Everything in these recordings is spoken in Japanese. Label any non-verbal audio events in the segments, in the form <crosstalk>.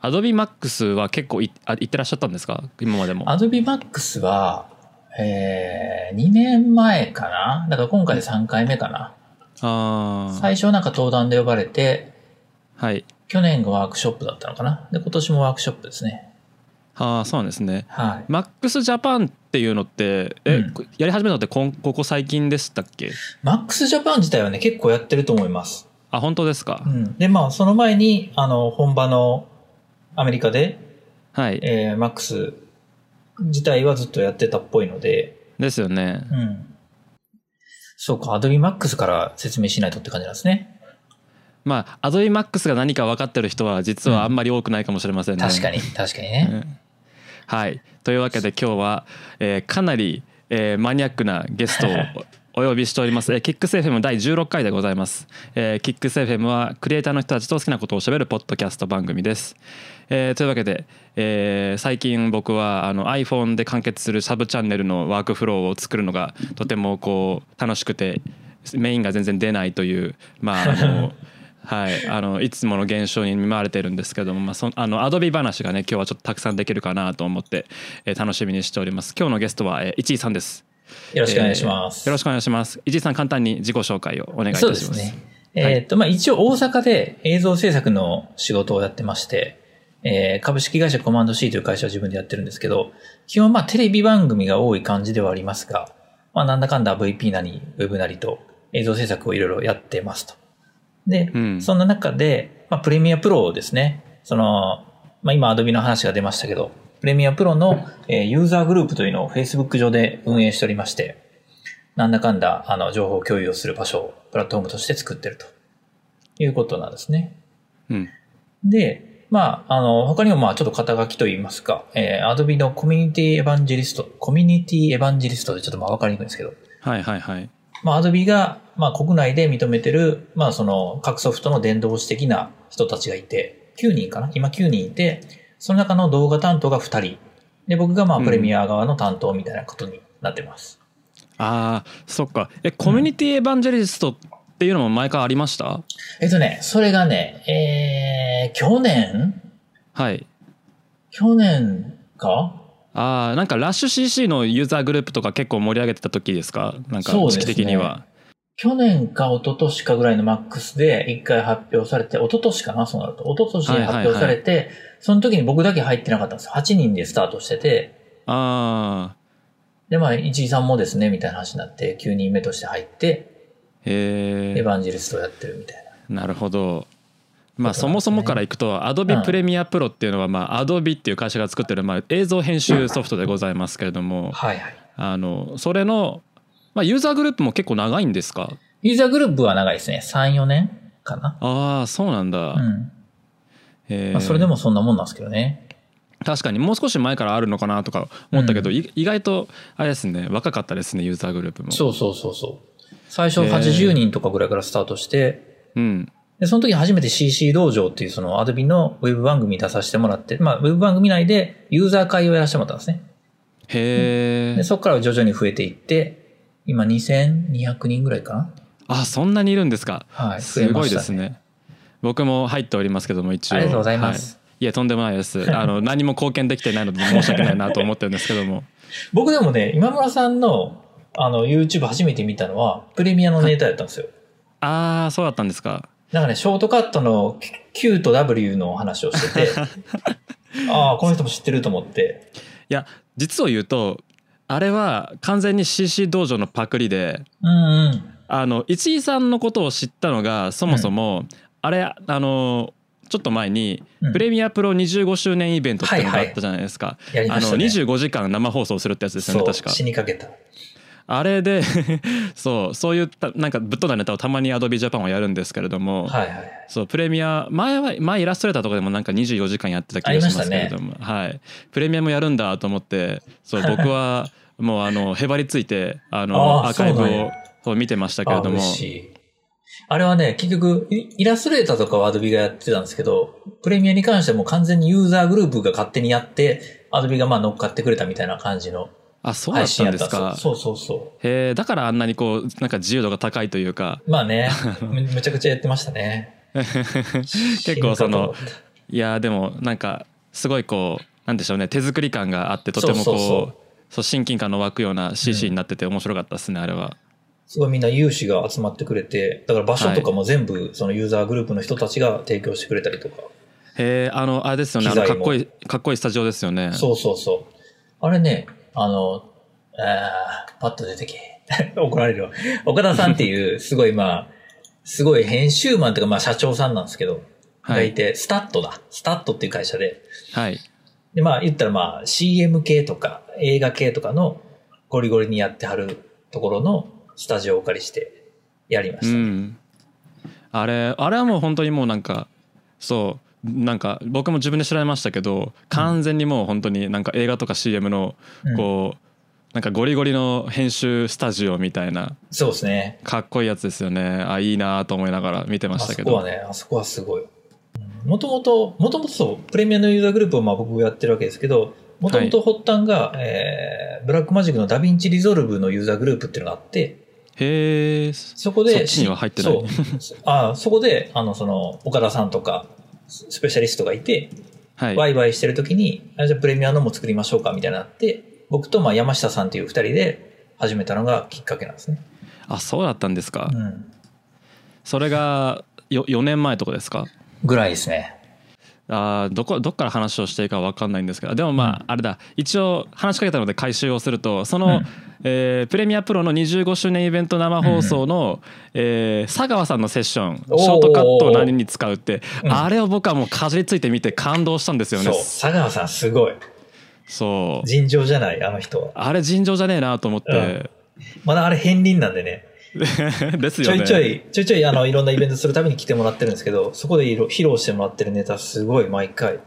Adobe Max は結構いあ行ってらっしゃったんですか今までも。 Adobe Max は、えー、2年前かなだから今回で3回目かな。ああ。最初なんか登壇で呼ばれて、はい。去年がワークショップだったのかなで、今年もワークショップですね。ああ、そうなんですね。はい。 Max Japan っていうのって、え、うんこやり始めたのってこんここ最近でしたっけ Max Japan 自体はね、結構やってると思います。あ、本当ですか。うん。で、まあ、その前に、あの、本場のアメリカで、はい。えー、Max 自体はずっとやってたっぽいので、ですよね。うん。そうか、Adobe Max から説明しないとって感じなんですね。まあ、Adobe Max が何か分かってる人は実はあんまり多くないかもしれませんね。確かに、確かにね。うんはい。というわけで今日は、えーかなり、えーマニアックなゲストをお呼びしております。えー、キックス FM 第16回でございます。えー、キックス FM はクリエイターの人たちと好きなことをしゃべるポッドキャスト番組です。えーというわけで、えー最近僕はあの iPhone で完結するサブチャンネルのワークフローを作るのがとてもこう楽しくてメインが全然出ないというまああのはい、あのいつもの現象に見舞われてるんですけども、まあ、そあのアドビ話がね今日はちょっとたくさんできるかなと思って、えー楽しみにしております今日のゲストは、えー、一井さんですよろしくお願いします。よろしくお願いします一井さん簡単に自己紹介をお願いいたしますそうですね。はいえーっと、まあ、一応大阪で映像制作の仕事をやってまして、えー株式会社コマンド C という会社を自分でやってるんですけど、基本まあテレビ番組が多い感じではありますが、まあなんだかんだ VP なり、ウェブなりと映像制作をいろいろやってますと。で、うんそんな中で、まあプレミアプロをですね、その、まあ今 Adobe の話が出ましたけど、プレミアプロの、えーユーザーグループというのを Facebook 上で運営しておりまして、なんだかんだ、あの、情報共有をする場所をプラットフォームとして作ってるということなんですね。うんで、まあ、あの、他にもまあ、ちょっと肩書きといいますか、えー、Adobe のコミュニティエヴァンジェリスト、コミュニティエヴァンジェリストでちょっとまあ、わかりにくいんですけど、はいはいはいまあ、Adobe が、まあ、国内で認めてる、まあ、その、各ソフトの伝道師的な人たちがいて、9人かな今9人いて、その中の動画担当が2人。で、僕がまあ、プレミア側の担当みたいなことになってます。あーそっかえコミュニティエヴァンジェリストっていうのも前からありましたえっとね、それがね、えー、去年はい去年かあーなんかラッシュ CC のユーザーグループとか結構盛り上げてた時ですかなんかそうで時すね期的には、去年か一昨年かぐらいのマックスで一回発表されて、一昨年かなそうなると。一昨年に発表されて、その時に僕だけ入ってなかったんですよ。8人でスタートしてて、ああで、まあ、一井さんもですね、みたいな話になって、9人目として入って、へエえヴァンジェリストをやってるみたいな。なるほど。まあそそうなんでもすねそもからいくと Adobe うん Premiere Pro っていうのはまあ Adobe っていう会社が作ってるまあ映像編集ソフトでございますけれどもはいはい。あのそれのまあユーザーグループも結構長いんですかユーザーグループは長いですね。3、4年かな。ああそうなんだ、うん。えーまあ、それでもそんなもんなんですけどね。確かにもう少し前からあるのかなとか思ったけど、うい意外とあれですね若かったですねユーザーグループもそうそうそうそう。最初へー80人とかぐらいからスタートして、うんで、その時に初めて CC 道場っていうその Adobe のウェブ番組に出させてもらって、まあ、ウェブ番組内でユーザー会をやらせてもらったんですね。へえで、そこから徐々に増えていって、今2200人ぐらいかなあそんなにいるんですかはい。増えすまごいしたですね。ね。僕も入っておりますけども一応ありがとうございますはい、いやとんでもないです <laughs> あの何も貢献できてないので申し訳ないなと思ってるんですけど <laughs> も僕でもね、今村さんのあの YouTube 初めて見たのは、プレミアのネタやったんですよ。ああそうだったんですかなんかね、ショートカットの Q と W の話をして <laughs> て、ああ、この人も知ってると思って。いや実を言うとあれは完全に CC 道場のパクリでうんうん。あの一井さんのことを知ったのがそもそも、あれあのちょっと前に、うんプレミアプロ25周年イベントっていうのがはあいはいったじゃないですか、やりまあしのたね。 25時間生放送するってやつですよねそう確か死にかけた。あれで <laughs> そうそういったなんかぶっ飛んだネタをたまに Adobe Japan はやるんですけれども、はいはい。そうプレミア前は前イラストレーターとかでもなんか24時間やってた気がしますけれども、はい、プレミアもやるんだと思ってそう僕 <laughs> はもうあのへばりついてあのあーアーカイブそうなんをやそう見てましたけあれども嬉しい。あれはね、結局、イイラストレーターとかは Adobe がやってたんですけど、プレミアに関してはもう完全にユーザーグループが勝手にやって、Adobe がまあ乗っかってくれたみたいな感じのあそうだ配った信やんっですたかそうそうそへえだからあんなにこうなんか自由度が高いというか <laughs> う。まあね、むむちゃくちゃやってましたね。結構その死ぬかと思っいやーでもなんかすごいこうなんでしょうね手作り感があってとてもこうそそううそうそう親近感の湧くような CC になってて面白かったですね、あれは。すごいみんな有志が集まってくれて、だから場所とかも全部そのユーザーグループの人たちが提供してくれたりとか。へえあのあれですよねあの機か材っもこいいかっこいいスタジオですよね。そうそうそう。あれね、あの、あーパッと出てけ。 <laughs> 怒られるわ。岡田さんっ <laughs> ていう、すごいまあ、すごい編集マンというかまあ社長さんなんですけど、はがいい、て、スタットだ。スタットっていう会社で、はい、で、まあ、言ったらまあ、CM 系とか映画系とかのゴリゴリにやってはるところのスタジオをお借りしてやりまうした。ん、あれあれはもう本当にもうなんかそうなんか僕も自分で調べましたけど完全にもう本当になんか映画とか CM のうんこう、なんかゴリゴリの編集スタジオみたいなそうですね。かっこいいやつですよねあいいなと思いながら見てまあしたけそどこはね、あそこはすごい。もともと、もともとそう、プレミアのユーザーグループをまあ僕がやってるわけですけど、もともと発端が、えー、ブラックマジックのダヴィンチリゾルブのユーザーグループっていうのがあって、へえそこで、そっちには入ってないそうあそこで、あの、その、岡田さんとか、ススペシャリストがいて、はいワイワイしてる時に、あじゃあプレミアのも作りましょうかみたいになって、僕とまあ山下さんっていう二人で始めたのがきっかけなんですね。あそうだったんですか、うん。それがよ4年前とかですかぐらいですね。あーどこどっから話をしていいか分かんないんですけどでもまああれだ一応話しかけたので回収をするとその、うんえープレミアプロの25周年イベント生放送の、えー佐川さんのセッションシおーョートカットを何に使うってうんあれを僕はもうかじりついてみて感動したんですよねそう。佐川さんすごい。そう尋常じゃない、あの人は。あれ尋常じゃねえなと思って、まだあれ片鱗なんでね。 <laughs> ですちよょいねちょい、ちょいちょい、あの、いろんなイベントするために来てもらってるんですけど、そ <laughs> こでいろ披露してもらってるネタすごい毎回。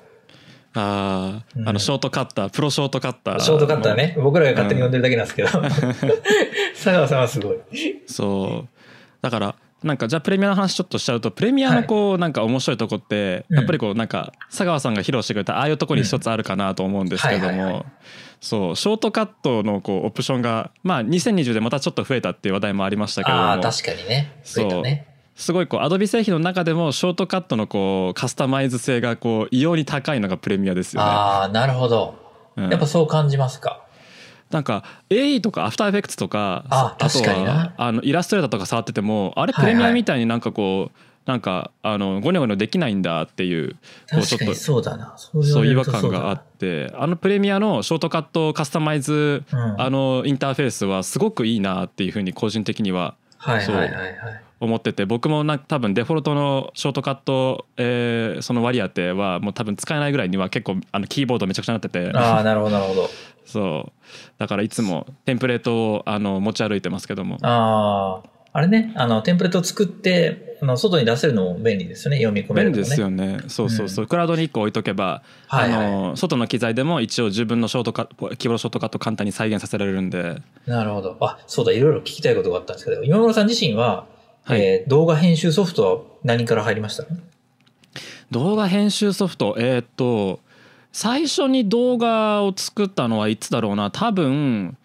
あー、うんあのショートカッタープロショートカッターショートカッターね。僕らが勝手に呼んでるだけなんですけど。 <laughs> 佐川さんはすごい。そうだからなんかじゃあプレミアの話ちょっとしちゃうとプレミアのこうなんか面白いとこってうんやっぱりこうなんか佐川さんが披露してくれたああいうとこに一つあるかなと思うんですけどうんはいはいはもそうショートカットのこうオプションがまあ2020でまたちょっと増えたっていう話題もありましたけれああ、ども確かにね。そう増えたね。すごいこうアドビ製品の中でもショートカットのこうカスタマイズ性がこう異様に高いのがプレミアですよね。ああ、なるほど。うんやっぱそう感じますか。なんか AE とかアフターエフェクツとかああと確かになはあのイラストレーターとか触っててもあれプはいはいレミアみたいになんかこう、なんかあのゴニョゴニョできないんだっていうこうちょ確っかとにそうだな。そう言そわうれ違る和と感そうだがあってあのプレミアのショートカットカスタマイズなうんあのインターフェースはすごくいいなっていうふうに個人的にははいそうはいはいはい。思ってて僕もなんか多分デフォルトのショートカット、えーその割り当てはもう多分使えないぐらいには結構あのキーボードめちゃくちゃなっててああ、なるほどなるほど。そうだからいつもテンプレートをあの持ち歩いてますけどもああ、あれね、あの、テンプレートを作って、あの外に出せるのも便利ですよね。読み込め便る利のでもね。すよねそうそうそう、クラウドに1個置いとけば、はい、あはの外の機材でも一応自分のショートカットキーボードショートカット簡単に再現させられるんでい。なるほど。あ、そうだ、いろいろ聞きたいことがあったんですけど、今村さん自身は、はいえー動画編集ソフトは何から入りました動画編集ソフトえーっと最初に動画を作ったのはいつだろうな多分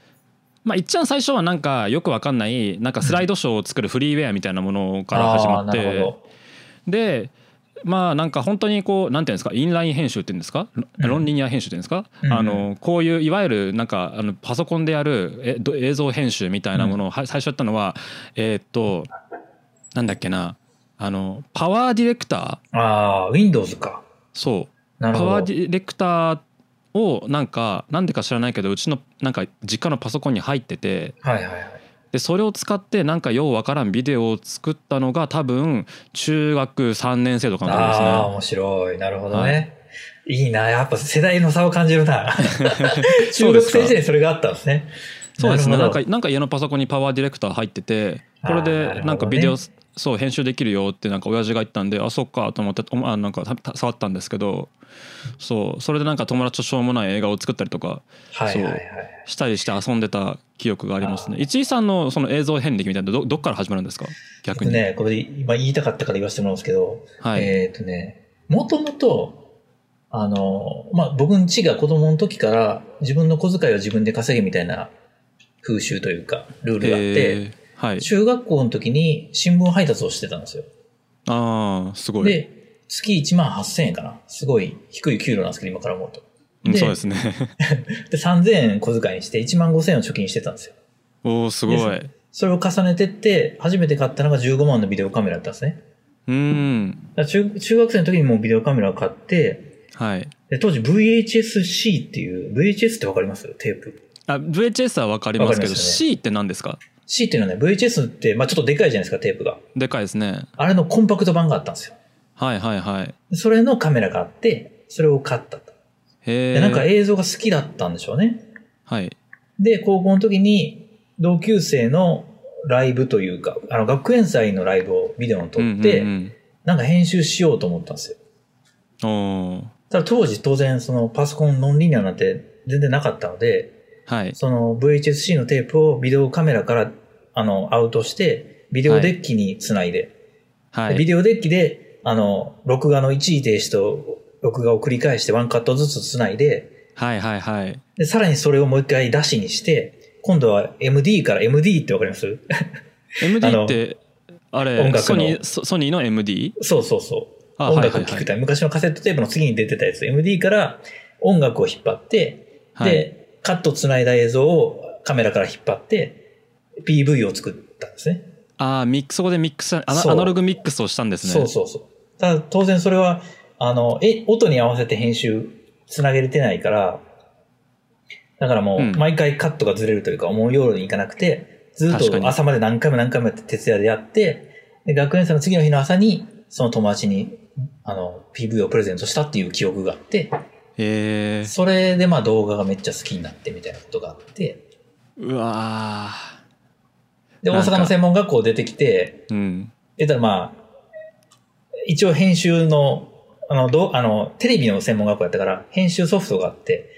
まあ一番最初はなんかよくわかんないなんかスライドショーを作るフリーウェアみたいなものから始まっあーなるてほでまあなんか本当にこうなんていうんですかインライン編集っていうんですかうんロンリニア編集っていうんですか、うんあのこういういわゆるなんかあのパソコンでやるえど映像編集みたいなものをは最初やったのはえーっとなんだっけなあのパワーディレクターど。ああ、Windows か。そうなるパほど。ワーディレクターをなんかなんでか知らないけどうちのなんか実家のパソコンに入っててはいはいはい。でそれを使ってなんかようわからんビデオを作ったのが多分中学3年生とかの頃ですああ、ね。面白い。なるほどね。い、いな。やっぱ世代の差を感じ <laughs> るな。中学生時代にそれがあったんですね。そうですねるなほんどかなんか家のパソコンにパワーディレクター入っててこれあーなるほどでねなんかビデオ、そう編集できるよってなんか親父が言ったんであそっかと思っておまあなんかたた触ったんですけどそうそれでなんか友達としょうもない映画を作ったりとかはいはいはい。したりして遊んでた記憶がありますねあ。ー一井さんのその映像遍歴みたいなのどどっから始まるんですか逆えっに。とね、これ今言いたかったから言わせてもらうんですけど、はい、えっ、とね、もともと、あの、まあ、僕んちが子供の時から自分の小遣いを自分で稼げみたいな風習というか、ルールがあって、えーはい。中学校の時に新聞配達をしてたんですよ。ああすごい。で、月1万8000円かな。すごい低い給料なんですけど、今から思うと。うんでそうですね <laughs> で、3000円小遣いにして1万5000円を貯金してたんですよ。おおすごいでそれを重ねてって、初めて買ったのが15万のビデオカメラだったんですね。うんだから中中学生の時にもうビデオカメラを買って、はいで当時 VHS-C っていう、VHS ってわかりますテープ。あ VHS は分かりますけわかりどますよ C って何ですか C っていうのはね、VHS って、まあちょっとでかいじゃないですか、テープが。でかいですねあれのコンパクト版があったんですよ。はいはいはいでそれのカメラがあって、それを買ったと。へで、えなんか映像が好きだったんでしょうね。はいで、高校の時に、同級生のライブというか、あの、学園祭のライブをビデオに撮って、うんうんなんか編集しようと思ったんですよ。うん、おーただ当時当然そのパソコンノンリニアなんて全然なかったので、はいその VHS-C のテープをビデオカメラからあのアウトして、ビデオデッキにつないで、はビいデオデッキで、あの、録画の一時停止と録画を繰り返してワンカットずつつないで、はいはいはいでさらにそれをもう一回出しにして、今度は MD から MD ってわかります MD あのってあ音楽れのソニーソソニーの MD? そうそうそう。あ音楽を聴くはいタイはプ、い昔のカセットテープの次に出てたやつ、MD から音楽を引っ張って、はいで、カットつないだ映像をカメラから引っ張って、PV を作ったんですね。ああミックスそこでミックスアそうナアナログミックスをしたんですねそうそうそう。ただ当然それは、あの、え、音に合わせて編集つなげれてないから、だからもううん毎回カットがずれるというか、思うようにいかなくて、ずっ確かとに朝まで何回も何回もやって徹夜でやって、で学園祭の次の日の朝に、その友達に、あの、PV をプレゼントしたっていう記憶があって、へえそれでまあ動画がめっちゃ好きになってみたいなことがあって、うわーで、大なんか阪の専門学校出てきて、うんえ、たらまあ、一応編集の、あの、どうあの、テレビの専門学校やったから、編集ソフトがあって、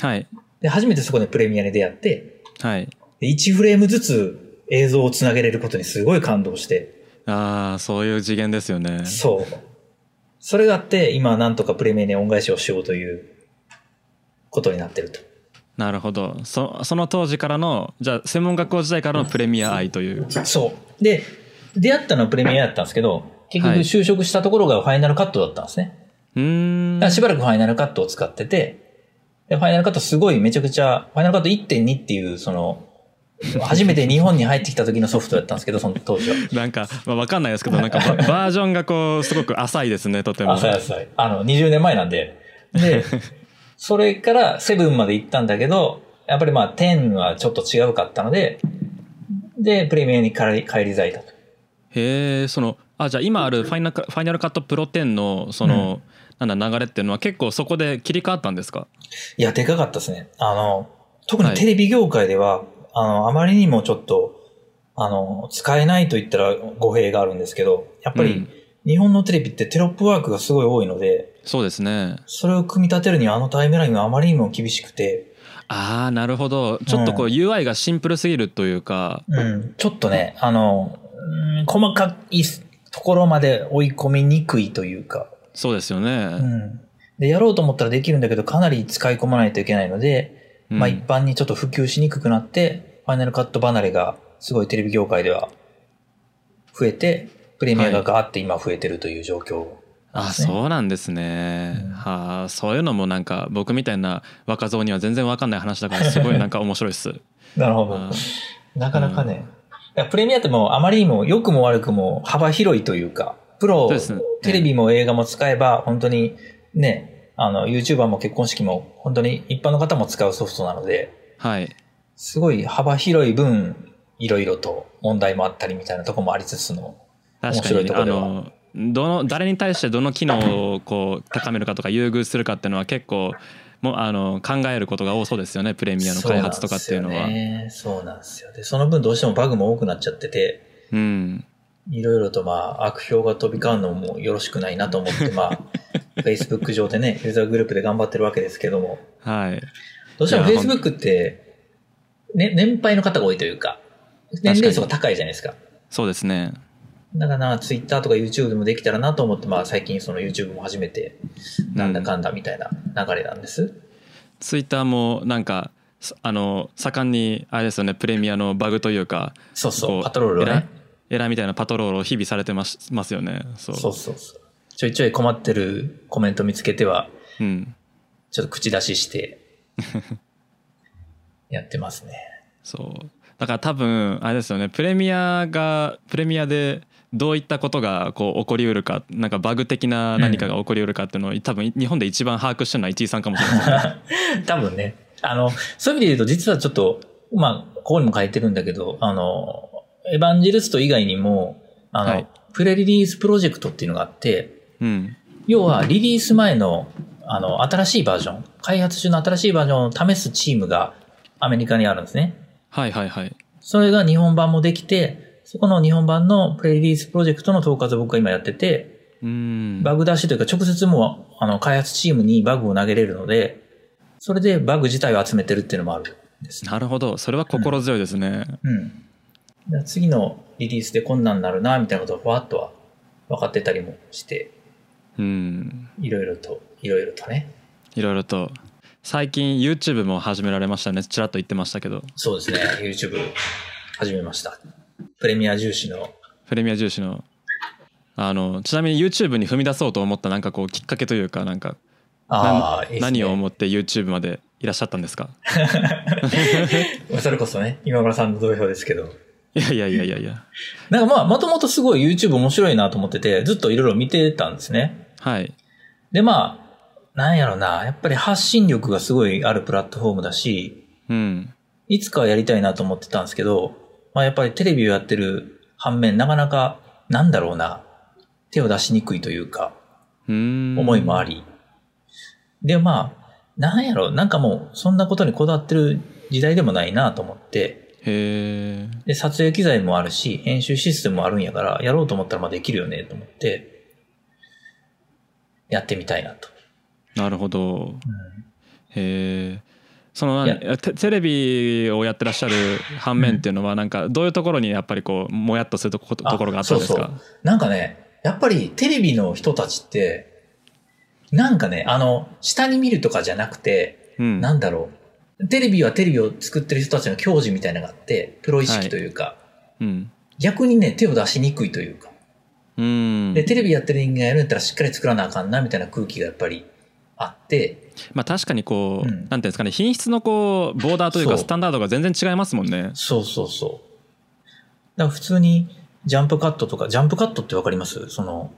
はいで、初めてそこでプレミアに出会って、はいで1フレームずつ映像をつなげれることにすごい感動して、ああそういう次元ですよねそう。それがあって、今なんとかプレミアに恩返しをしようということになってると。なるほどそその当時からのじゃあ専門学校時代からのプレミア愛というそう。で、出会ったのはプレミアだったんですけど、結局はい就職したところがファイナルカットだったんですね。うーんだからしばらくファイナルカットを使ってて、で、ファイナルカットすごいめちゃくちゃ、ファイナルカット1.2っていう、<laughs> その、初めて日本に入ってきた時のソフトだったんですけど、その当 <laughs> 時は。なんか、まあ、わかんないですけどなんかバ <laughs> バージョンがこうすごく浅いですねとても朝朝あの、20年前なんで。 <laughs> で、それから7まで行ったんだけど、やっぱりまあ10はちょっと違うかったので、で、プレミアに帰り帰り咲いたと。へえそのあじゃあ今あるファイナルカ「ファイナルカットプロ10」のその、なんだ流れっていうのは結構そこで切り替わったんですかいや、でかかったですね。あの、特にはいテレビ業界では、あの、あまりにもちょっと、あの、使えないと言ったら語弊があるんですけど、やっぱうりん日本のテレビってテロップワークがすごい多いので、そうですねそれを組み立てるにはあのタイムラインがあまりにも厳しくて、ああなるほどちょっとこう UI がシンプルすぎるというか、うん、ちょっとね、あの、うん細かいところまで追い込みにくいというか、そうですようね、ん。で、やろうと思ったらできるんだけど、かなり使い込まないといけないので、うんまあ一般にちょっと普及しにくくなって、ファイナルカット離れがすごいテレビ業界では増えて、プレミアがガーって今増えてるという状況なんあですね、そうなんですね、うんはあそういうのもなんか僕みたいな若造には全然わかんない話だからすごいなんか面白いっ <laughs> すなるほどあ。ーなかなかね。だからプレミアってもうあまりにも良くも悪くも幅広いというか、プそロ、うですねテレビも映画も使えば本当にね、あの YouTuber も結婚式も本当に一般の方も使うソフトなので、はいすごい幅広い分、いろいろと問題もあったりみたいなとこもありつつの。確か面白に、いとこあではのどの誰に対してどの機能をこう高めるかとか優遇するかっていうのは結構もうあの考えることが多そうですよねプレミアの開発とかっていうのは。うそうなんですよね。そうなんですよ。で、その分どうしてもバグも多くなっちゃってて、ん、いろいろとまあ悪評が飛び交うのもよろしくないなと思 <laughs> って、まあ、Facebook 上でね、ユーザーグループで頑張ってるわけですけども、はい、どうしてもいやほん Facebook って、ね、年配の方が多いというか、年齢層が高いじゃないですか。そうですね。だからな、Twitter とか YouTube でもできたらなと思って、まあ最近その YouTube も始めて、なんだかんだみたいな流れなんです。ツイッターもなんかすあの盛んにあれですよねプレミアのバグというかそうそこう、パトロールをエラね。エラーみたいなパトロールを日々されてますますよね。そうそうそうそう。ちょいちょい困ってるコメント見つけては、うんちょっと口出 <laughs> しして、やってますね。 <laughs> そうだから多分あれですよねプレミアがプレミアでどういったことがこう起こりうるかなんかバグ的な何かが起こりうるかっていうのを、多分日本で一番把握してるのは市井さんかもしれないですね多分ね。あの、そういう意味で言うと、実はちょっと、まあ、ここにも書いてるんだけど、あの、エヴァンジェリスト以外にも、あの、はいプレリリースプロジェクトっていうのがあって、 <laughs> うん要はリリース前の、あの、新しいバージョン、開発中の新しいバージョンを試すチームがアメリカにあるんですね。はいはいはいそれが日本版もできて、そこの日本版のプレリリースプロジェクトの統括を僕が今やってて、うんバグ出しというか直接もう、あの、開発チームにバグを投げれるので、それでバグ自体を集めてるっていうのもあるんですね。なるほどそれは心強いですね、うん。だから次のリリースでこんなんなるな、みたいなことをふわっとは分かってたりもして、うんいろいろと、いろいろとね。いろいろと最近 YouTube も始められましたねちらっと言ってましたけどそうですね、YouTube 始めました。プレミア重視の、プレミア重視のあのちなみに YouTube に踏み出そうと思ったなんかこうきっかけというかなんかああ、いいですね何を思って YouTube までいらっしゃったんですかそれこそね、今村さんの同票ですけど。いやいやいやいやいやなんかまあ、もともとすごい YouTube 面白いなと思ってて、ずっといろいろ見てたんですね。はいでまあ、なんやろな、やっぱり発信力がすごいあるプラットフォームだし、うんいつかはやりたいなと思ってたんですけど、まあやっぱりテレビをやってる反面、なかなか、なんだろうな、手を出しにくいというか、うーん思いもあり。でまあ、なんやろ、なんかもう、そんなことにこだわってる時代でもないなと思って、へえで、撮影機材もあるし、編集システムもあるんやから、やろうと思ったらまあできるよね、と思って、やってみたいなと。なるほどへえそのいや何テテレビをやってらっしゃる反面っていうのはなんかどういうところにやっぱりこうもやっとするとことあところがあったんですかそうそうなんかね、やっぱりテレビの人たちって、なんかね、あの、下に見るとかじゃなくて、うんなんだろう。テレビはテレビを作ってる人たちの教授みたいなのがあって、プロ意識というか、うん逆にね、手を出しにくいというか、うんで、テレビやってる人間がやるんだったらしっかり作らなあかんな、みたいな空気がやっぱりあって、まあ確かにこう、うんなんていうんですかね品質のこうボーダーというそかうスタンダードが全然違いますもんねそうそうそう。だから普通にジャンプカットとか、ジャンプカットってわかりますその、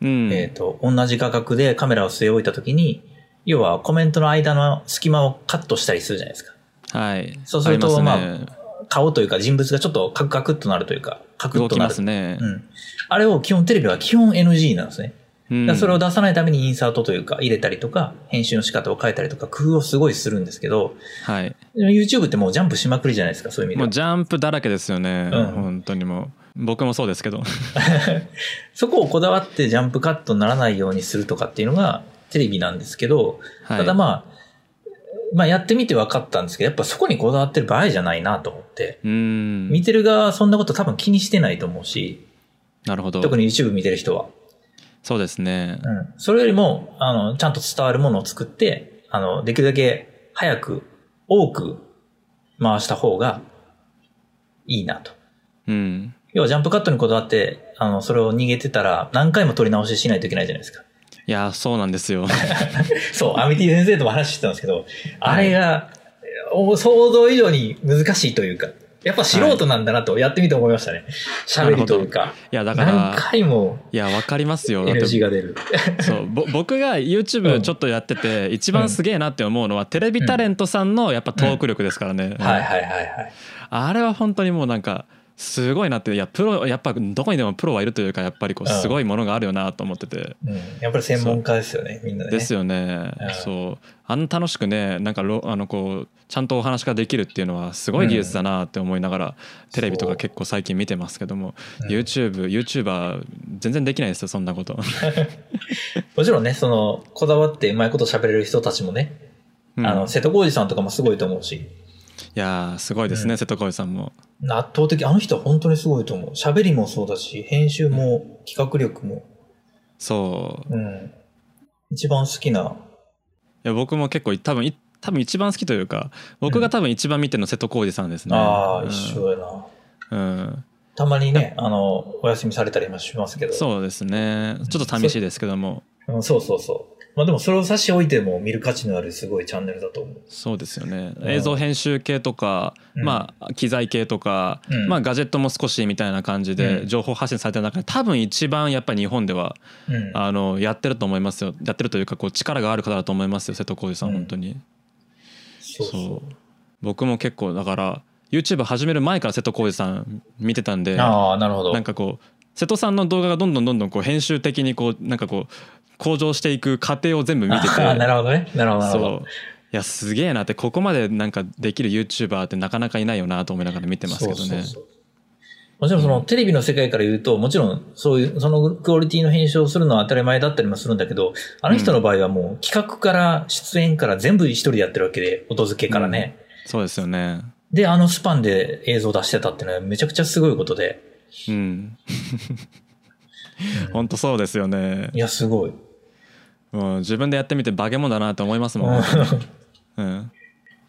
うん、えっ、と、同じ画角でカメラを据え置いたときに、要はコメントの間の隙間をカットしたりするじゃないですか。はいそうするとありま顔というか人物がちょっとカクカクっとなるというか、カあクッ動ときなまる。すね、うん。あれを基本テレビは基本 NG なんですうね。んだからそれを出さないためにインサートというか入れたりとか、編集の仕方を変えたりとか、工夫をすごいするんですけど、はい、 YouTube ってもうジャンプしまくりじゃないですか、そういう意味でもはう。ジャンプだらけですよね、うん本当にもう僕もそうですけ <laughs> どそこをこだわってジャンプカットにならないようにするとかっていうのがテレビなんですけど、はいただまあ、まあやってみて分かったんですけど、やっぱそこにこだわってる場合じゃないなと思って、うん見てる側はそんなこと多分気にしてないと思うし、なるほど特に YouTube 見てる人は。そうですねうん。それよりも、あの、ちゃんと伝わるものを作って、あの、できるだけ早く、多く回した方がいいなと。うん要はジャンプカットにこだわって、あの、それを逃げてたら何回も撮り直ししないといけないじゃないですか。いやそうなんです <laughs> よそう、アミティ先生とも話してたんですけど、あれが、お想像以上に難しいというか、やっぱ素人なんだなとやってみて思いましたね。喋、りというか。いやだか何ら回もいやわかりますよだって NG が出る。そうぼ僕がう YouTube んちょっとやってて一番すげえなって思うのはテレビタレントさんのやっぱトーク力ですからね、はいはいはいはい。あれは本当にもうなんかすごいなっていやプロやっぱどこにでもプロはいるというかやっぱりこううんすごいものがあるよなと思ってて、うん、やっぱり専門家ですよね、みんなね。ですよね、うんそうあんな楽しくねなんかろあのこうちゃんとお話ができるっていうのはすごい技術だなって思いながら、テレビとか結構最近見てますけども、うん YouTubeYouTuber 全然できないですよそんな <laughs> こともちろんね、その、こだわってうまいこと喋れる人たちもね、うんあの、い瀬戸康史さんとかもすごいと思うし、やーすごいですね、瀬戸康史さんも圧倒的、あの人は本当にすごいと思う。喋りもそうだし、編集も企画力も、そううん。一番好きな、いや僕も結構多分い多分一番好きというか僕が多分一番見てるの瀬戸康史さんですね、ああ、うん一緒やな。うん、たまにね、あの、お休みされたりもしますけど。そうですねちょっと寂しいですけどもうんそうそうそう。まあでもそれを差し置いても見る価値のあるすごいチャンネルだと思う。そうですよねうん映像編集系とか、うんまあ、機材系とか、うんまあ、ガジェットも少しみたいな感じうでん情報発信されてる中で多分一番やっぱり日本ではうん。あのやってると思いますよやってるというかこう力がある方だと思いますよ瀬戸康史さんうん本当に、そうそそう僕も結構だから YouTube 始める前から瀬戸康史さん見てたんでう。ああ、なるほど。なんかこう瀬戸さんの動画がどんどんどんどんこう編集的にこうなんかこう向上していく過程を全部見 <laughs> ててああ、なるほどね。なるほど、なそるほど。ういやすげえなってここまでなんかできる YouTuber ってなかなかいないよなと思いながら見てますけどねうそうもちろんそのテレビの世界から言うと、もちろんそういう、そのクオリティの編集をするのは当たり前だったりもするんだけど、あの人の場合はもう企画から出演から全部一人でやってるわけで、音付けからね。そうですよねで、あのスパンで映像出してたっていうのはめちゃくちゃすごいことで。うんうん本当そうですよねいや、すごい。もう自分でやってみて化け物だなと思いますもんね、うん、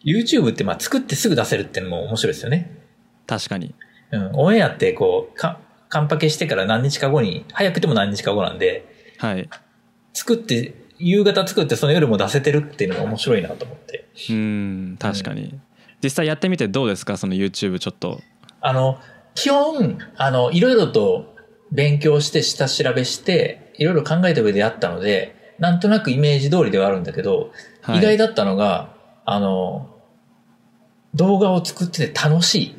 YouTube ってまあ作ってすぐ出せるってのも面白いですよね。確かにうん。オンエアってこう、か、カンパケしてから何日か後に、早くても何日か後なんで、はい作って、夕方作ってその夜も出せてるっていうのが面白いなと思って。うん確かに実際やってみてどうですかその YouTube ちょっとあの、基本、あの、いろいろと勉強して、下調べして、いろいろ考えた上でやったので、なんとなくイメージ通りではあるんだけど、はい意外だったのが、あの、動画を作ってて楽しい。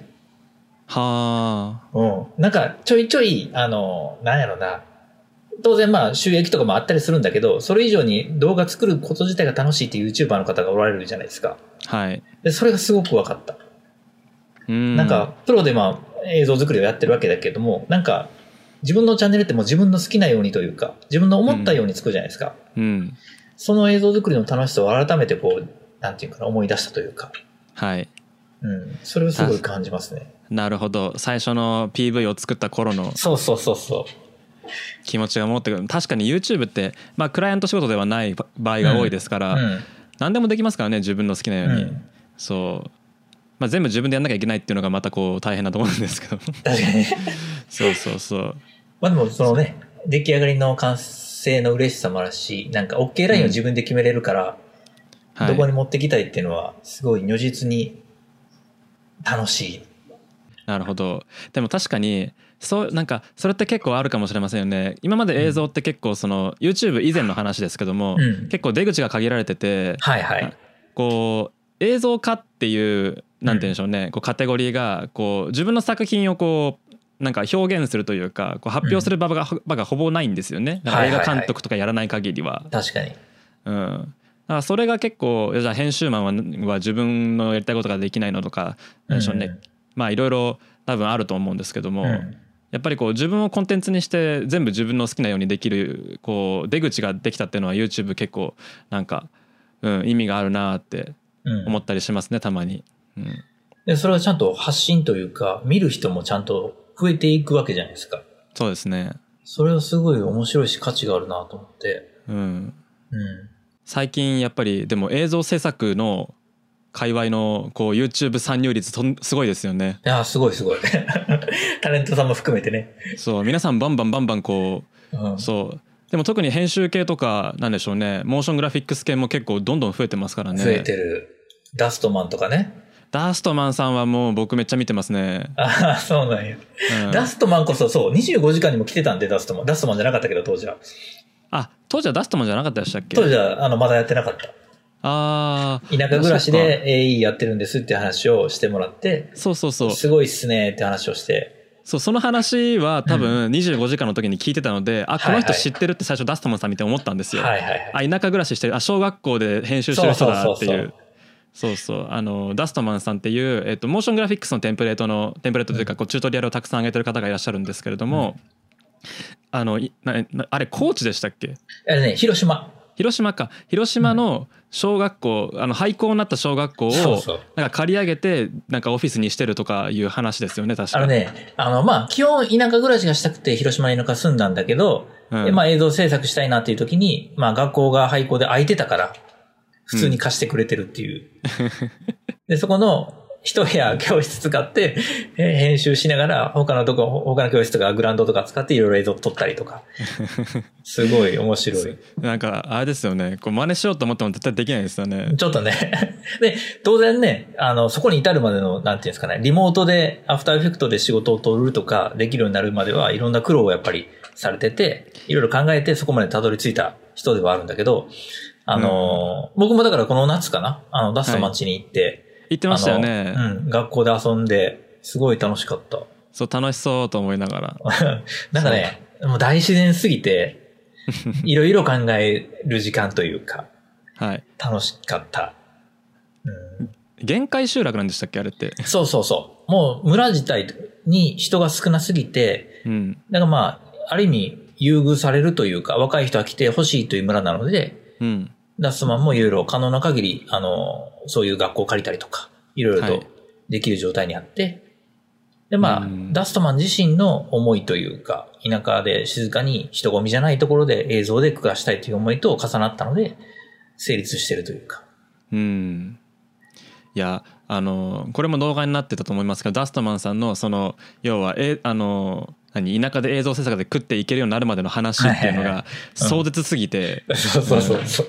はあうん。なんか、ちょいちょい、あの、なんやろな。当然まあ収益とかもあったりするんだけど、それ以上に動画作ること自体が楽しいっていう YouTuber の方がおられるじゃないですか。はいで、それがすごく分かった。うんなんか、プロでまあ映像作りをやってるわけだけども、なんか、自分のチャンネルってもう自分の好きなようにというか、自分の思ったように作るじゃないですか。うんその映像作りの楽しさを改めてこう、なんていうかな、思い出したというか。はいうん。それをすごい感じますね。なるほど最初の PV を作った頃のそうそうそうそ気持ちが持ってくる確かに YouTube って、まあ、クライアント仕事ではない場合が多いですから、う。うん。何でもできますからね自分の好きなように、うんそう、まあ、全部自分でやんなきゃいけないっていうのがまたこう大変だと思うんです <laughs> けど確かに。そうそうそうまあでもそのね、出来上がりの完成の嬉しさもあるし、なんか OK ラインを自分で決めれるから、はどこいに持ってきたいっていうのは、すごい如実に楽しい。なるほどでも確かにそうなんかそれって結構あるかもしれませんよね今まで映像って結構その YouTube 以前の話ですけども、うん結構出口が限られててはいはい。こう映像化っていうなんて言うんでしょうね、こうカテゴリーがこう自分の作品をこうなんか表現するというかこう発表する場が,、場がほぼないんですよねだからは映いはいは画い監督とかやらない限りは。確かに。うんだからそれが結構いやじゃあ編集マンはは自分のやりたいことができないのとかなんでしょうね、まあいろいろ多分あると思うんですけども、うんうんやっぱりこう自分をコンテンツにして全部自分の好きなようにできるこう出口ができたっていうのは YouTube 結構なんか、うん、意味があるなってうん思ったりしますねたまに、うん、で、それはちゃんと発信というか、見る人もちゃんと増えていくわけじゃないですか。そうですねそれはすごい面白いし価値があるなと思って。うんうん。最近やっぱりでも映像制作の界隈のこう YouTube 参入率とんすごいですよねいやー、すごいすごい。 <laughs> タレントさんも含めてね。そう皆さんバンバンバンバンこうんう。そうでも特に編集系とかなんでしょうねモーショングラフィックス系も結構どんどん増えてますからね増えてる。ダストマンとかね。ダストマンさんはもう僕めっちゃ見てますね、ああ、そうなんや。うんダストマンこそそう、25時間にも来てたんで、ダストマン。ダストマンじゃなかったけど、当時は。あ当時はダストマンじゃなかったでしたっけ当時は、あの、まだやってなかった。あー田舎暮らしそうかで AE やってるんですって話をしてもらって、そうそうそうすごいっすねって話をして。そうその話は多分25時間の時に聞いてたので、あこの人知ってるって最初ダストマンさん見て思ったんですはよ、いはいはい。あ田舎暮らししてるあ小学校で編集してる人だっていうそうそうあのダストマンさんっていう、えっと、モーショングラフィックスのテンプレートのテンプレートというかこうチュートリアルをたくさん上げてる方がいらっしゃるんですけれども、あのいななあれ高知でしたっけあれね、広島。広島か広島の小学校、あの廃校になった小学校をそうそうなんか借り上げてなんかオフィスにしてるとかいう話ですよね確かあのね、あの、まあ、基本田舎暮らしがしたくて広島に田舎住んだんだけど、うんでまあ映像制作したいなっていう時に、まあ学校が <laughs> 廃校で空いてたから、普通に貸してくれてるっていう。で、そこの一部屋教室使って、えー編集しながら、他のとこ、他の教室とかグラウンドとか使っていろいろ映像撮ったり <laughs> とか。すごい面白い。なんかあれですよねこう真似しようと思っても絶対できないですよねちょっとね。 <laughs> で、当然ね、あの、そこに至るまでの、なんていうんですかね、リモートで、アフターエフェクトで仕事を取るとか、できるようになるまでは、いろんな苦労をやっぱりされてて、いろいろ考えてそこまでたどり着いた人ではあるんだけど、あの、僕もだからこの夏かな、あの、ダスト町に行って、言ってましたよね、あのうん、学校で遊んで、すごい楽しかった。そう楽しそうと思いなが <laughs> らなんかね、もう大自然す <laughs> ぎて、いろいろ考える時間というか、はい楽しかった。うん限界集落なんでしたっけあれってそうそうそう。もう村自体に人が少なすぎて、うんだからまあ、ある意味優遇されるというか、若い人が来てほしいという村なので、うんダストマンもいろいろ可能な限り、あの、そういう学校を借りたりとか、いろいろはといできる状態にあって、で、まあう、んダストマン自身の思いというか、田舎で静かに人混みじゃないところで映像で暮らしたいという思いと重なったので、成立してるというか。うんいやあのこれも動画になってたと思いますけどダストマンさんのその要はえあの何田舎で映像制作で食っていけるようになるまでの話っていうのはいはいはが壮絶すぎて、 <laughs> <laughs> そうそうそうそう。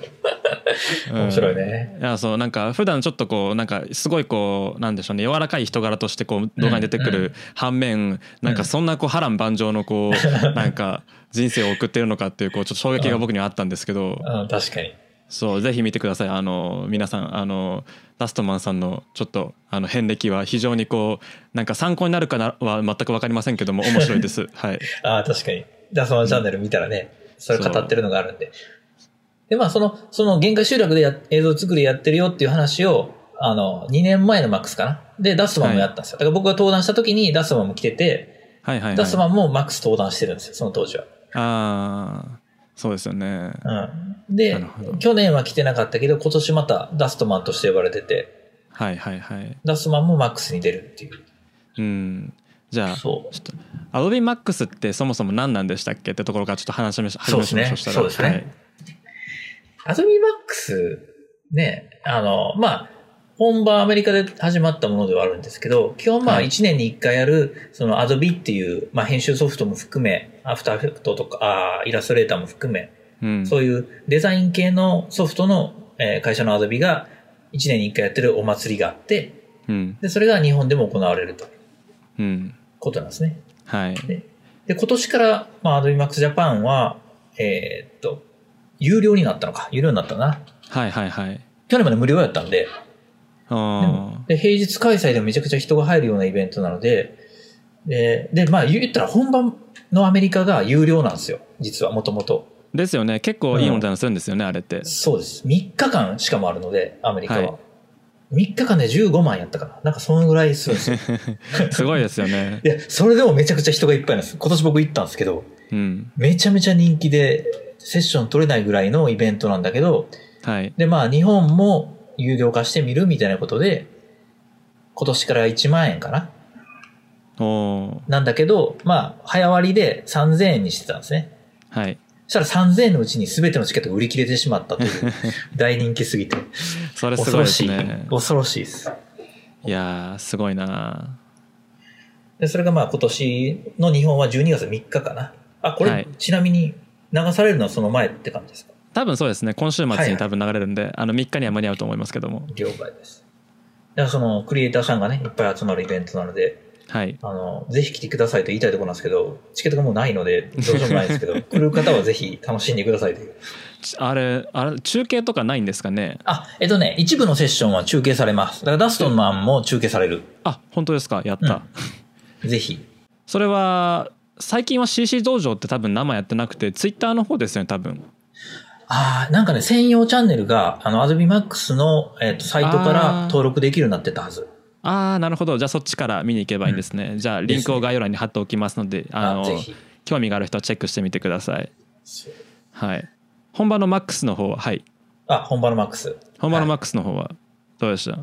うん面白いね。いやそうなんか普段ちょっとこうなんかすごいこうなんでしょうね柔らかい人柄としてこう動画に出てくうんうる反面、なんかそんなこう波乱万丈のこうなんか人生を送ってるのかっていうこうちょっと衝撃が僕にはあったんですけどうん、確かに。そうぜひ見てくださいあの皆さんあのラストマンさんのちょっとあの遍歴は非常にこうなんか参考になるかなは全く分かりませんけども面白いです <laughs> はいああ、確かに。ダスマンチャンネル見たらね、それ語ってるのがあるんで。で、まあ、その、その限界集落でや映像作りやってるよっていう話を、あの、2年前のマックスかな。で、ダストマンもやったんですよ。だから僕が登壇した時にダストマンも来てて、はいはい、ダストはい、マンもマックス登壇してるんですよ、その当時は。ああそうですよねうん。でなるほど、去年は来てなかったけど、今年またダストマンとして呼ばれてて、はいはいはいダストマンもマックスに出るっていう。うんじゃあそう。ちょっとアドビマックスってそもそも何なんでしたっけってところからちょっと話しましょう。そうですね始めましょそうですねアドビマックス、ね、あの、まあ、本場アメリカで始まったものではあるんですけど、基本まあはい1年に1回やる、そのアドビっていう、まあ編集ソフトも含め、アフターエフェクトとか、あーイラストレーターも含め、うん、そういうデザイン系のソフトの、えー会社のアドビが1年に1回やってるお祭りがあって、うん、で、それが日本でも行われるといううん、ことなんですね。はい、で、今年から、まあ、アドビマックスジャパンは、えーっと、有料になったのか、有料になったな。はいはいはい。去年まで無料やったんで、あで、平日開催でもめちゃくちゃ人が入るようなイベントなので、で、で、まあ言ったら本番のアメリカが有料なんですよ。実はもともと。ーですよね。結構いいお値段するんですよね、あれって。そうです。3日間しかもあるので、アメリカは。はい3日間で15万やったかな。なんかそのぐらいす <laughs> るんですよ。すごいですよ <laughs> ね。いや、それでもめちゃくちゃ人がいっぱいなんです。今年僕行ったんですけど、うん、めちゃめちゃ人気で、セッション取れないぐらいのイベントなんだけど、はい、で、まあ日本も有料化してみるみたいなことで、今年から1万円かな。おおなんだけど、まあ、早割りで3000円にしてたんですね。ー、はい。そしたら3000円のうちに全てのチケットが売り切れてしまった <laughs> という、大人気すぎて。それすご恐いろでしすい。ね。恐ろしいです。いやー、すごいなで、それがまあ今年の日本は12月3日かな。あ、これ、はいちなみに流されるのはその前って感じですかー。多分そうですね。今週はい末はにい多分流れるんで、あの3日には間に合うと思いますけども。了解です。だからそのクリエイターさんがね、いっぱい集まるイベントなので、はい、あの、ぜひ来てくださいと言いたいところなんですけど、チケットがもうないので、どうしようもないです <laughs> けど、来る方はぜひ楽しんでくださいという。ちあれ、あれ中継とかないんですかね。あ、えっとね、一部のセッションは中継されます。だからダストマンも中継される。あ、本当ですか。やった。うんぜひ。それは最近は CC 道場って多分生やってなくてツイッターの方ですよね多分ああ、なんかね、専用チャンネルが、あの、アドビマックスの、えっと、サイトかあらー登録できるようになってたはず。ああなるほどじゃあそっちから見に行けばいいんですね、じゃあリンクを概要欄に貼っておきますのでああのぜひ。興味がある人はチェックしてみてくださいはい本場のマックスの方ははいあ、本場のマックス本場のマックスの方はどうでした、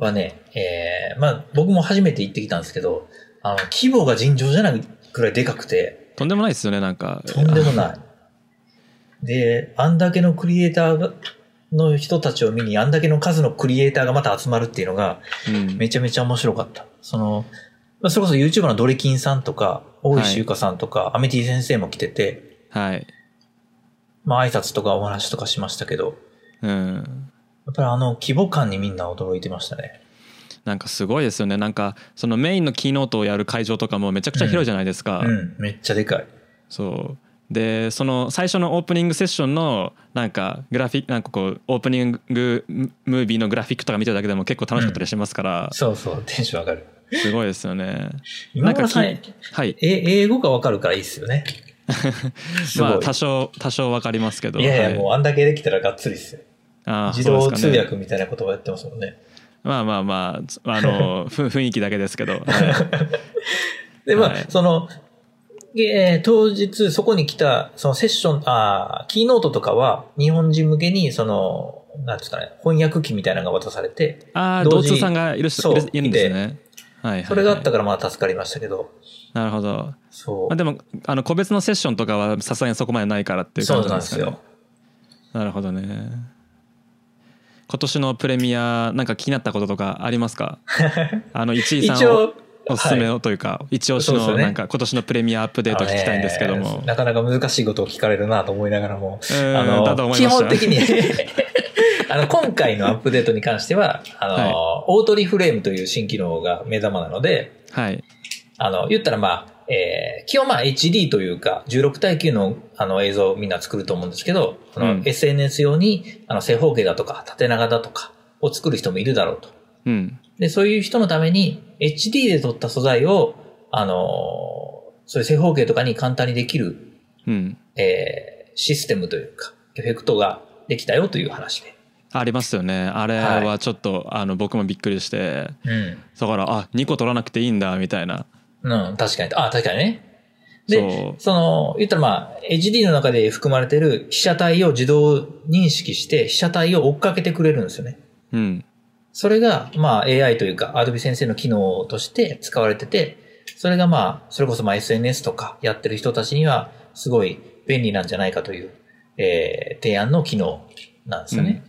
はね、えー、まあ、僕も初めて行ってきたんですけど、あの、規模が尋常じゃないくらいでかくて、とんでもないですよねなんかとんでもない。で、あんだけのクリエイターがの人たちを見に、あんだけの数のクリエイターがまた集まるっていうのが、うんめちゃめちゃ面白かった。その、まあそれこそ YouTuber のドレキンさんとか、大石ゆかさんとか、アメティ先生も来てて、はいまあ挨拶とかお話とかしましたけど、うんやっぱりあの規模感にみんな驚いてましたね。なんかすごいですよねなんかそのメインのキーノートをやる会場とかもめちゃくちゃ広いじゃないですか、うん、めっちゃでかい。そうでその最初のオープニングセッションのなんかグラフィックなんかこうオープニングムムービーのグラフィックとか見てるだけでも結構楽しかったりしますから、そうそう、テンション上がる。すごいですよね今村さん、なえんはい英語がわかるからいいっすよね。すごいまあ多少多少わかりますけどいやいや、はもうあんだけできたらがっつりっすよ。あー自動そうです通かね訳みたいなことをやってますもんね。まあまあまあつあのふ <laughs> 雰囲気だけですけど、はいで、まあ、はいその、えー当日そこに来た、そのセッション、あーキーノートとかは、日本人向けに、その、なんですかね、翻訳機みたいなのが渡されて、ああ <laughs> 同同時通さんがいるしそういるいるんですねはいはいはいそれがあったからまあ助かりましたけど、なるほど、そまあ、でもあの個別のセッションとかはさすがにそこまでないからってう。いうそ感うじななんんでですすかねよ。なるほどね。今年のプレミアなんか気になったこととかあります <laughs> か？あの一井さ一んを応、おすすめをというか、一押しそうですのよねなんか今年のプレミアアップデート聞きたいんですけどあのもね。なかなか難しいことを聞かれるなと思いながらも、うんあのだと思い基ました本的に <laughs> <laughs> あの今回のアップデートに関してはあの、はいオートリフレームという新機能が目玉なのではいあの言ったらまあ、えー基本まあ HD というか16対9のあの映像をみんな作ると思うんですけど、あのうん SNS 用にあの正方形だとか縦長だとかを作る人もいるだろうと。うんで、そういう人のために HD で撮った素材を、あのーそういう正方形とかに簡単にできるうんえーシステムというか、エフェクトができたよという話で。ありますよね。あれはちょっと、あの僕もびっくりして、だからあ2個取らなくていいんだみたいな。うん。うん、確かに。あ、確かにね。そで、うその、言ったらまあ、HD の中で含まれてる被写体を自動認識して、被写体を追っかけてくれるんですよね。うんそれが、まあ、AI というか、Adobe 先生の機能として使われてて、それがまあ、それこそまあ SNS とかやってる人たちには、すごい便利なんじゃないかという、えー提案の機能なんですよね。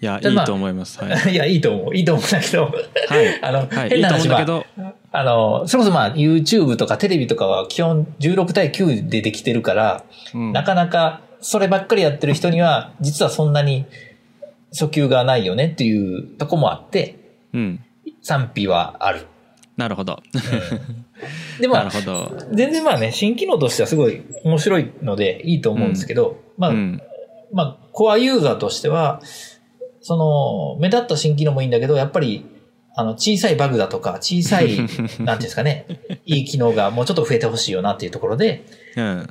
いやいでまあいと思います。 <laughs> はいいや、いいと思う。いいと思うんだけど。はい <laughs> あの、はいい変いなと思うん話だけは、ど、あの、それこそまあ YouTube とかテレビとかは基本16対9でできてるから、うんなかなかそればっかりやってる人には、実はそんなに訴求がないよねっていうとこもあって、うん賛否はある。なるほどでなるまあ、ほど。全然まあね、新機能としてはすごい面白いのでいいと思うんですけど、まあ、うんまあ、コアユーザーとしては、その、目立った新機能もいいんだけど、やっぱり、あの、小さいバグだとか、小さ <laughs> い、なんていうんですかね、いい機能がもうちょっと増えてほしいよなっていうところで、うん。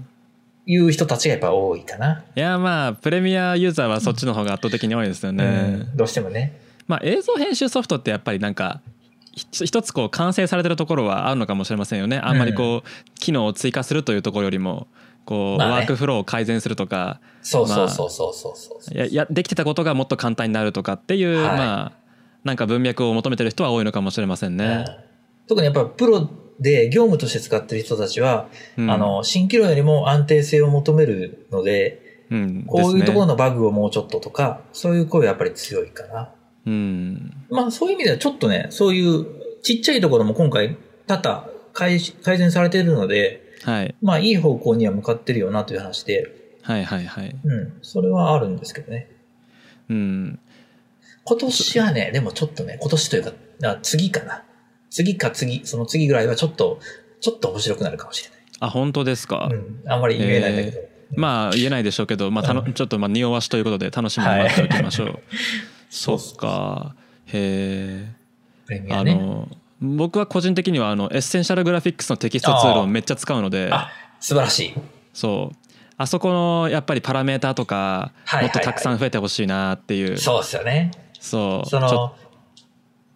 いう人たちがやっぱ多いかな。いやまあプレミアユーザーはそっちの方が圧倒的に多いですよね、うんどうしてもね。まあ映像編集ソフトってやっぱりなんかひ一つこう完成されてるところはあるのかもしれませんよねあんまりこう機能を追加するというところよりもこうまあねワークフローを改善するとかそうそうそうそうそうそうそう。いやいやできてたことがもっと簡単になるとかっていうはいまあなんか文脈を求めてる人は多いのかもしれませんね。うん特にやっぱプロで業務として使ってる人たちは、うんあの、新機能よりも安定性を求めるので、うんこういうとこですねろのバグをもうちょっととか、そういう声はやっぱり強いかな。うんまあそういう意味ではちょっとね、そういうちっちゃいところも今回多々改改善されているので、はいまあいい方向には向かってるよなという話で、はいはいはい。うん、それはあるんですけどね。うん今年はね、でもちょっとね、今年というか、あ次かな。次か次、その次ぐらいはちょっと、ちょっと面白くなるかもしれない。あ本当ですか。うん、あんまり言えないんだけど。まあ言えないでしょうけど、まあ、たのちょっとまあ匂わしということで楽しみに待っておきましょう。そっかへプレミえ、アあね。の僕は個人的にはあのエッセンシャルグラフィックスのテキストツールをめっちゃ使うのであ、素晴らしい。そうあそこのやっぱりパラメーターとかはいはいはいもっとたくさん増えてほしいなっていう、そうですよね。そうそちょの、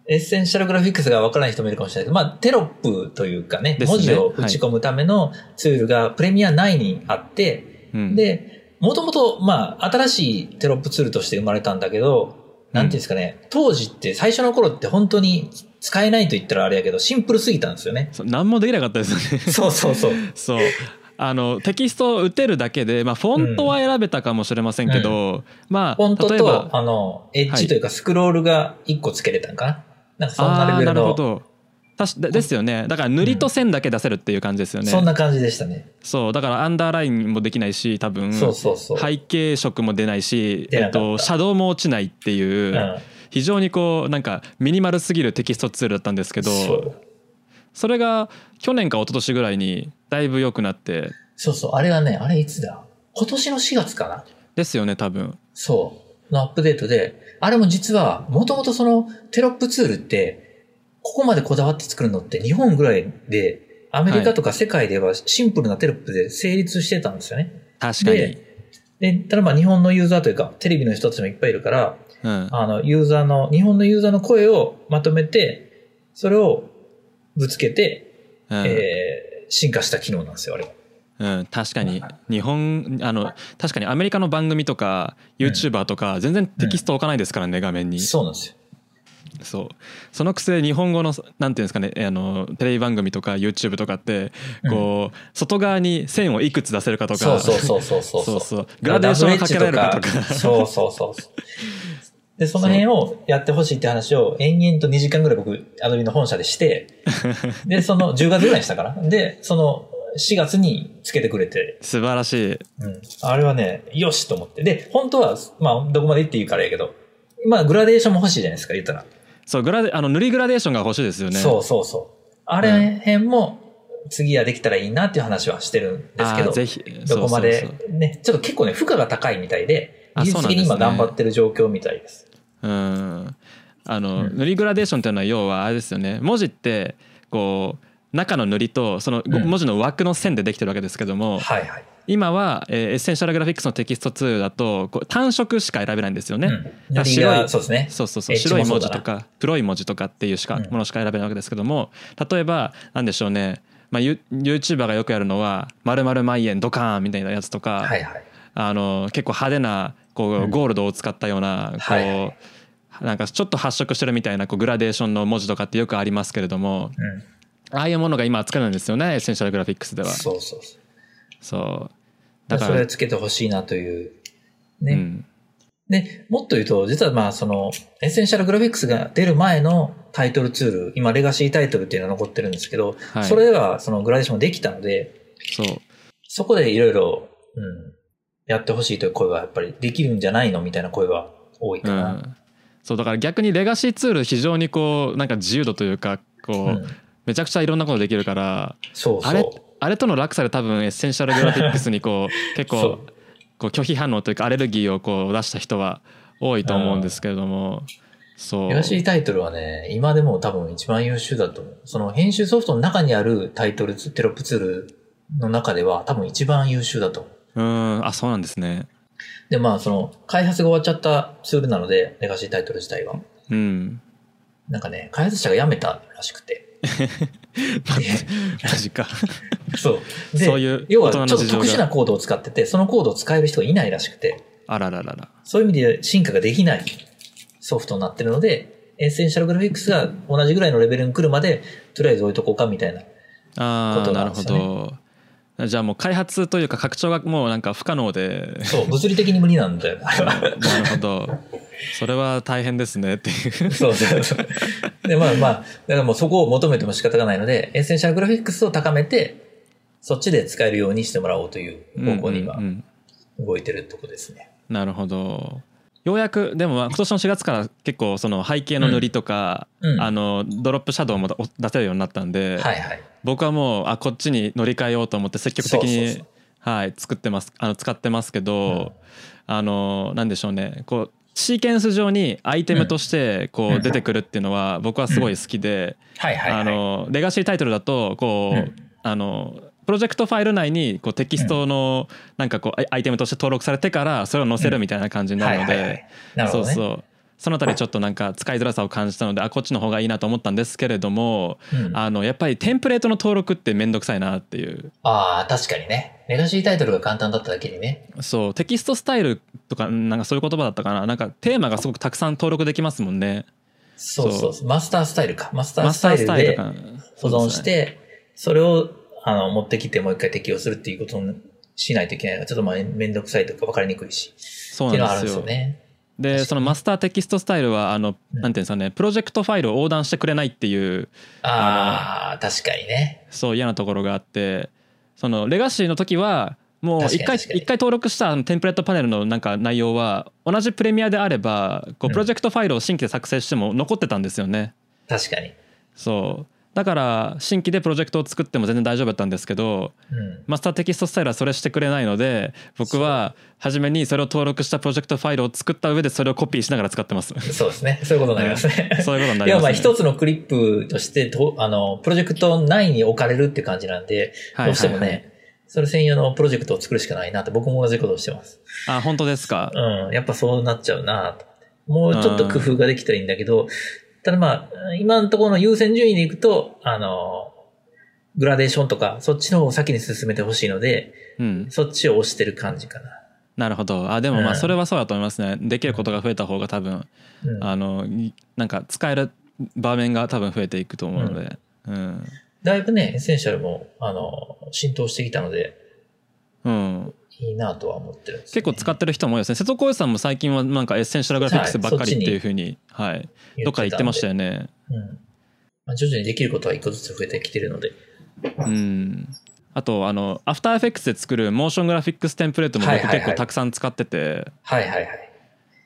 エッセンシャルグラフィックスがわからない人もいるかもしれないけど、まあ、テロップというかね、ですね文字を打ち込むためのツールがプレミア9にあって、うんで、もともと、まあ、新しいテロップツールとして生まれたんだけど、なんていうんですかね、当時って最初の頃って本当に <laughs>。使えないと言ったらあれやけど、シンプルすぎたんですよね <laughs> そう何もできなかったですよねそうそうそう。そうあのテキストを打てるだけで、まあ、フォントは選べたかもしれませんけど、まフォンあト例えばと、あの、エッジというかスクロールが1個つけれたんかな、なんかそんなレあベールなるほの、ど確かでですよねだから塗りと線だけ出せるっていう感じですよね、そんな感じでしたね。そうだからアンダーラインもできないし多分そうそうそう。背景色も出ないし、出えなかっったと、シャドウも落ちないっていう、うん。非常にこうなんかミニマルすぎるテキストツールだったんですけどそうそれが去年か一昨年ぐらいにだいぶ良くなってそうそう、あれはね、あれいつだ今年の4月かなですよね多分そう。のアップデートで、あれも実は、もともとそのテロップツールって、ここまでこだわって作るのって日本ぐらいで、アメリカとか世界ではシンプルなテロップで成立してたんですよね。確かにで、で、ただまあ日本のユーザーというか、テレビの人たちもいっぱいいるから、うん、あの、ユーザーの、日本のユーザーの声をまとめて、それをぶつけて、うんえー進化した機能なんですよ、あれは。うん、確かに日本あの確かにアメリカの番組とか YouTuber とか全然テキスト置かないですからね画面にそうなんですよ。そうそのくせ日本語のなんていうんですかねえあのテレビ番組とか YouTube とかってこう、外側に線をいくつ出せるかとかそうそうそうそうそう。そうそうグラデーションをかけられるかとかそうそうそうそう。で、その辺をやってほしいって話を延々と2時間ぐらい僕、アドビの本社でして、 <laughs> で、その10月ぐらいにしたから。で、その4月につけてくれて、素晴らしいうん。あれはね、よしと思って。で、本当は、まあ、どこまで言っていいからやけど、まあ、グラデーションも欲しいじゃないですか、言ったら。そうグラデあの塗りグラデーションが欲しいですよねそうそうそう。あれ辺も、次はできたらいいなっていう話はしてるんですけあーど、ぜひどこそうまそうで、ね、ちょっと結構ね、負荷が高いみたいで、あ技術的にそ今うなんです頑ね張ってる状況みたいです。そううんあの、うん塗りグラデーションっていうのは要はあれですよね文字ってこう中の塗りとそのうん文字の枠の線でできてるわけですけども、はいはい。今は、えーエッセンシャルグラフィックスのテキストツールだとこう単色しか選べないんですよね、うん、塗りが白いそうですね。そうそうそうエッジ白もいそ文うだ字なとか黒い文字とかっていうしかうんものしか選べないわけですけども例えばなんでしょうねまあ、ユ YouTuber がよくやるのは「〇〇万円ドカーン」みたいなやつとか、はいはい。あの結構派手なこううんゴールドを使ったようなこはいはうなんかちょっと発色してるみたいなこうグラデーションの文字とかってよくありますけれどもうん。ああいうものが今扱えないんですよねエッセンシャルグラフィックスではそうそうそう。そうだだかそれらをつけてほしいなという。ね。うんで、もっと言うと、実はまあ、その、エッセンシャルグラフィックスが出る前のタイトルツール、今、レガシータイトルっていうのが残ってるんですけど、はいそれでは、そのグラデーションもできたので、そうそこでいろいろ、うん、やってほしいという声は、やっぱりできるんじゃないのみたいな声は多いかうな。んそうだから逆にレガシーツール非常にこうなんか自由度というかこう、うんめちゃくちゃいろんなことできるからそうそう。あれあれとの落差で多分エッセンシャルグラフィックスにこ <laughs> う結そ構うこう拒否反応というかアレルギーをこう出した人は多いと思うんですけれどもそうレシータイトルはね、今でも多分一番優秀だと思う。その編集ソフトの中にあるタイトルツ、テロップツールの中では多分一番優秀だと思うう。んあそうなんですねで、まあその開発が終わっちゃったツールなので、レガシータイトル自体は。うんなんかね、開発者が辞めたらしくて。マジか <laughs> そう。で、そういう要は大ち人のょっと事情特殊ながコードを使ってて、そのコードを使える人がいないらしくて、あららららそういう意味で進化ができないソフトになってるので、エッセンシャルグラフィックスが同じぐらいのレベルに来るまで、とりあえず置いとこうかみたいな。こあとあななんるでほすよねどじゃあもう開発というか拡張がもうなんか不可能で <laughs> そう、物理的に無理なん <laughs> だよ。あれはなるほどそれは大変ですねっていうそうそうそう。で、まあまあ、だからもうそこを求めても仕方がないので、エッセンシャルグラフィックスを高めて、そっちで使えるようにしてもらおうという方向に今うんうんうん動いてるとこですね。なるほどようやくでもまあ今年の4月から結構その背景の塗りとか、うんうんあのドロップシャドウもお出せるようになったんで、はいはい。僕はもうあこっちに乗り換えようと思って積極的にそうそうはい作ってますあの使ってますけうんど、あのなんでしょうねこうシーケンス上にアイテムとしてこうんう出てくるっていうのは僕はすごい好きで、はいはい、はい。あのレガシータイトルだとこう、うんあのプロジェクトファイル内にこうテキストのなんかこうアイアイテムとして登録されてからそれを載せるみたいな感じになはるいのはいはでい。なるほそどうね。そうそのあたりちょっとなんか使いづらさを感じたのであこっちの方がいいなと思ったんですけれどもうんああのやっぱりテンプレートの登録って面倒くさいなっていうあー、確かにね。レガシータイトルが簡単だっただけにね。そうテキストスタイルとかなんかそういう言葉だったかななんかテーマがすごくたくさん登録できますもんねそうそうそうそうマスタースタイルか。マスターマススタターイスルタイルでとか保存して、それを、あの、持ってきてもう一回適用するっていうことにしないといけないのが、ちょっとまあめんどくさいとか分かりにくいし、そっていううのはあなんるでんですすよよ。ね。でそのマスターテキストスタイルはあの、うんなんていうんですかねプロジェクトファイルを横断してくれないっていうああ、確かにね。そう嫌なところがあってそのレガシーの時はもう確かに一回確かに一回登録したあのテンプレートパネルのなんか内容は同じプレミアであればこううんプロジェクトファイルを新規で作成しても残ってたんですよね。確かに。そうだから新規でプロジェクトを作っても全然大丈夫だったんですけどうん。マスターテキストスタイルはそれしてくれないので僕は初めにそれを登録したプロジェクトファイルを作った上でそれをコピーしながら使って <laughs> ます。そうですね。そういうことになりますね。そういうことにないりや、ます、まあね。一つのクリップとしてと、あの、プロジェクト内に置かれるって感じなんで、はいはいはいどうしてもね、それ専用のプロジェクトを作るしかないなって、僕も同じことをしてます。あ本当ですか。うん、やっぱそうなっちゃうなと。もうちょっと工夫ができたらいいんだけど、ただまあ、今のところの優先順位でいくと、あの、グラデーションとか、そっちの方を先に進めてほしいので、うん、そっちを押してる感じかな。なるほど。あでもまうあんそれはそうだと思いますね。できることが増えた方が多分うん、あのいなんか使える場面が多分増えていくと思うので、うん、だいぶね、エッセンシャルも、あの、浸透してきたので、うん、いいなとは思ってるんです結よね、構使ってる人も多いですね。瀬戸康史さんも最近はなんかエッセンシャルグラフィックスばっかりっていうふうに、はい、どっかで言ってましたよ。よね。うん。まあ、徐々にできることは一個ずつ増えてきてるので。うん。あとあのアフターエフェクスで作るモーショングラフィックステンプレートもはい僕はいはい結構たくさん使ってて、はいはいはい。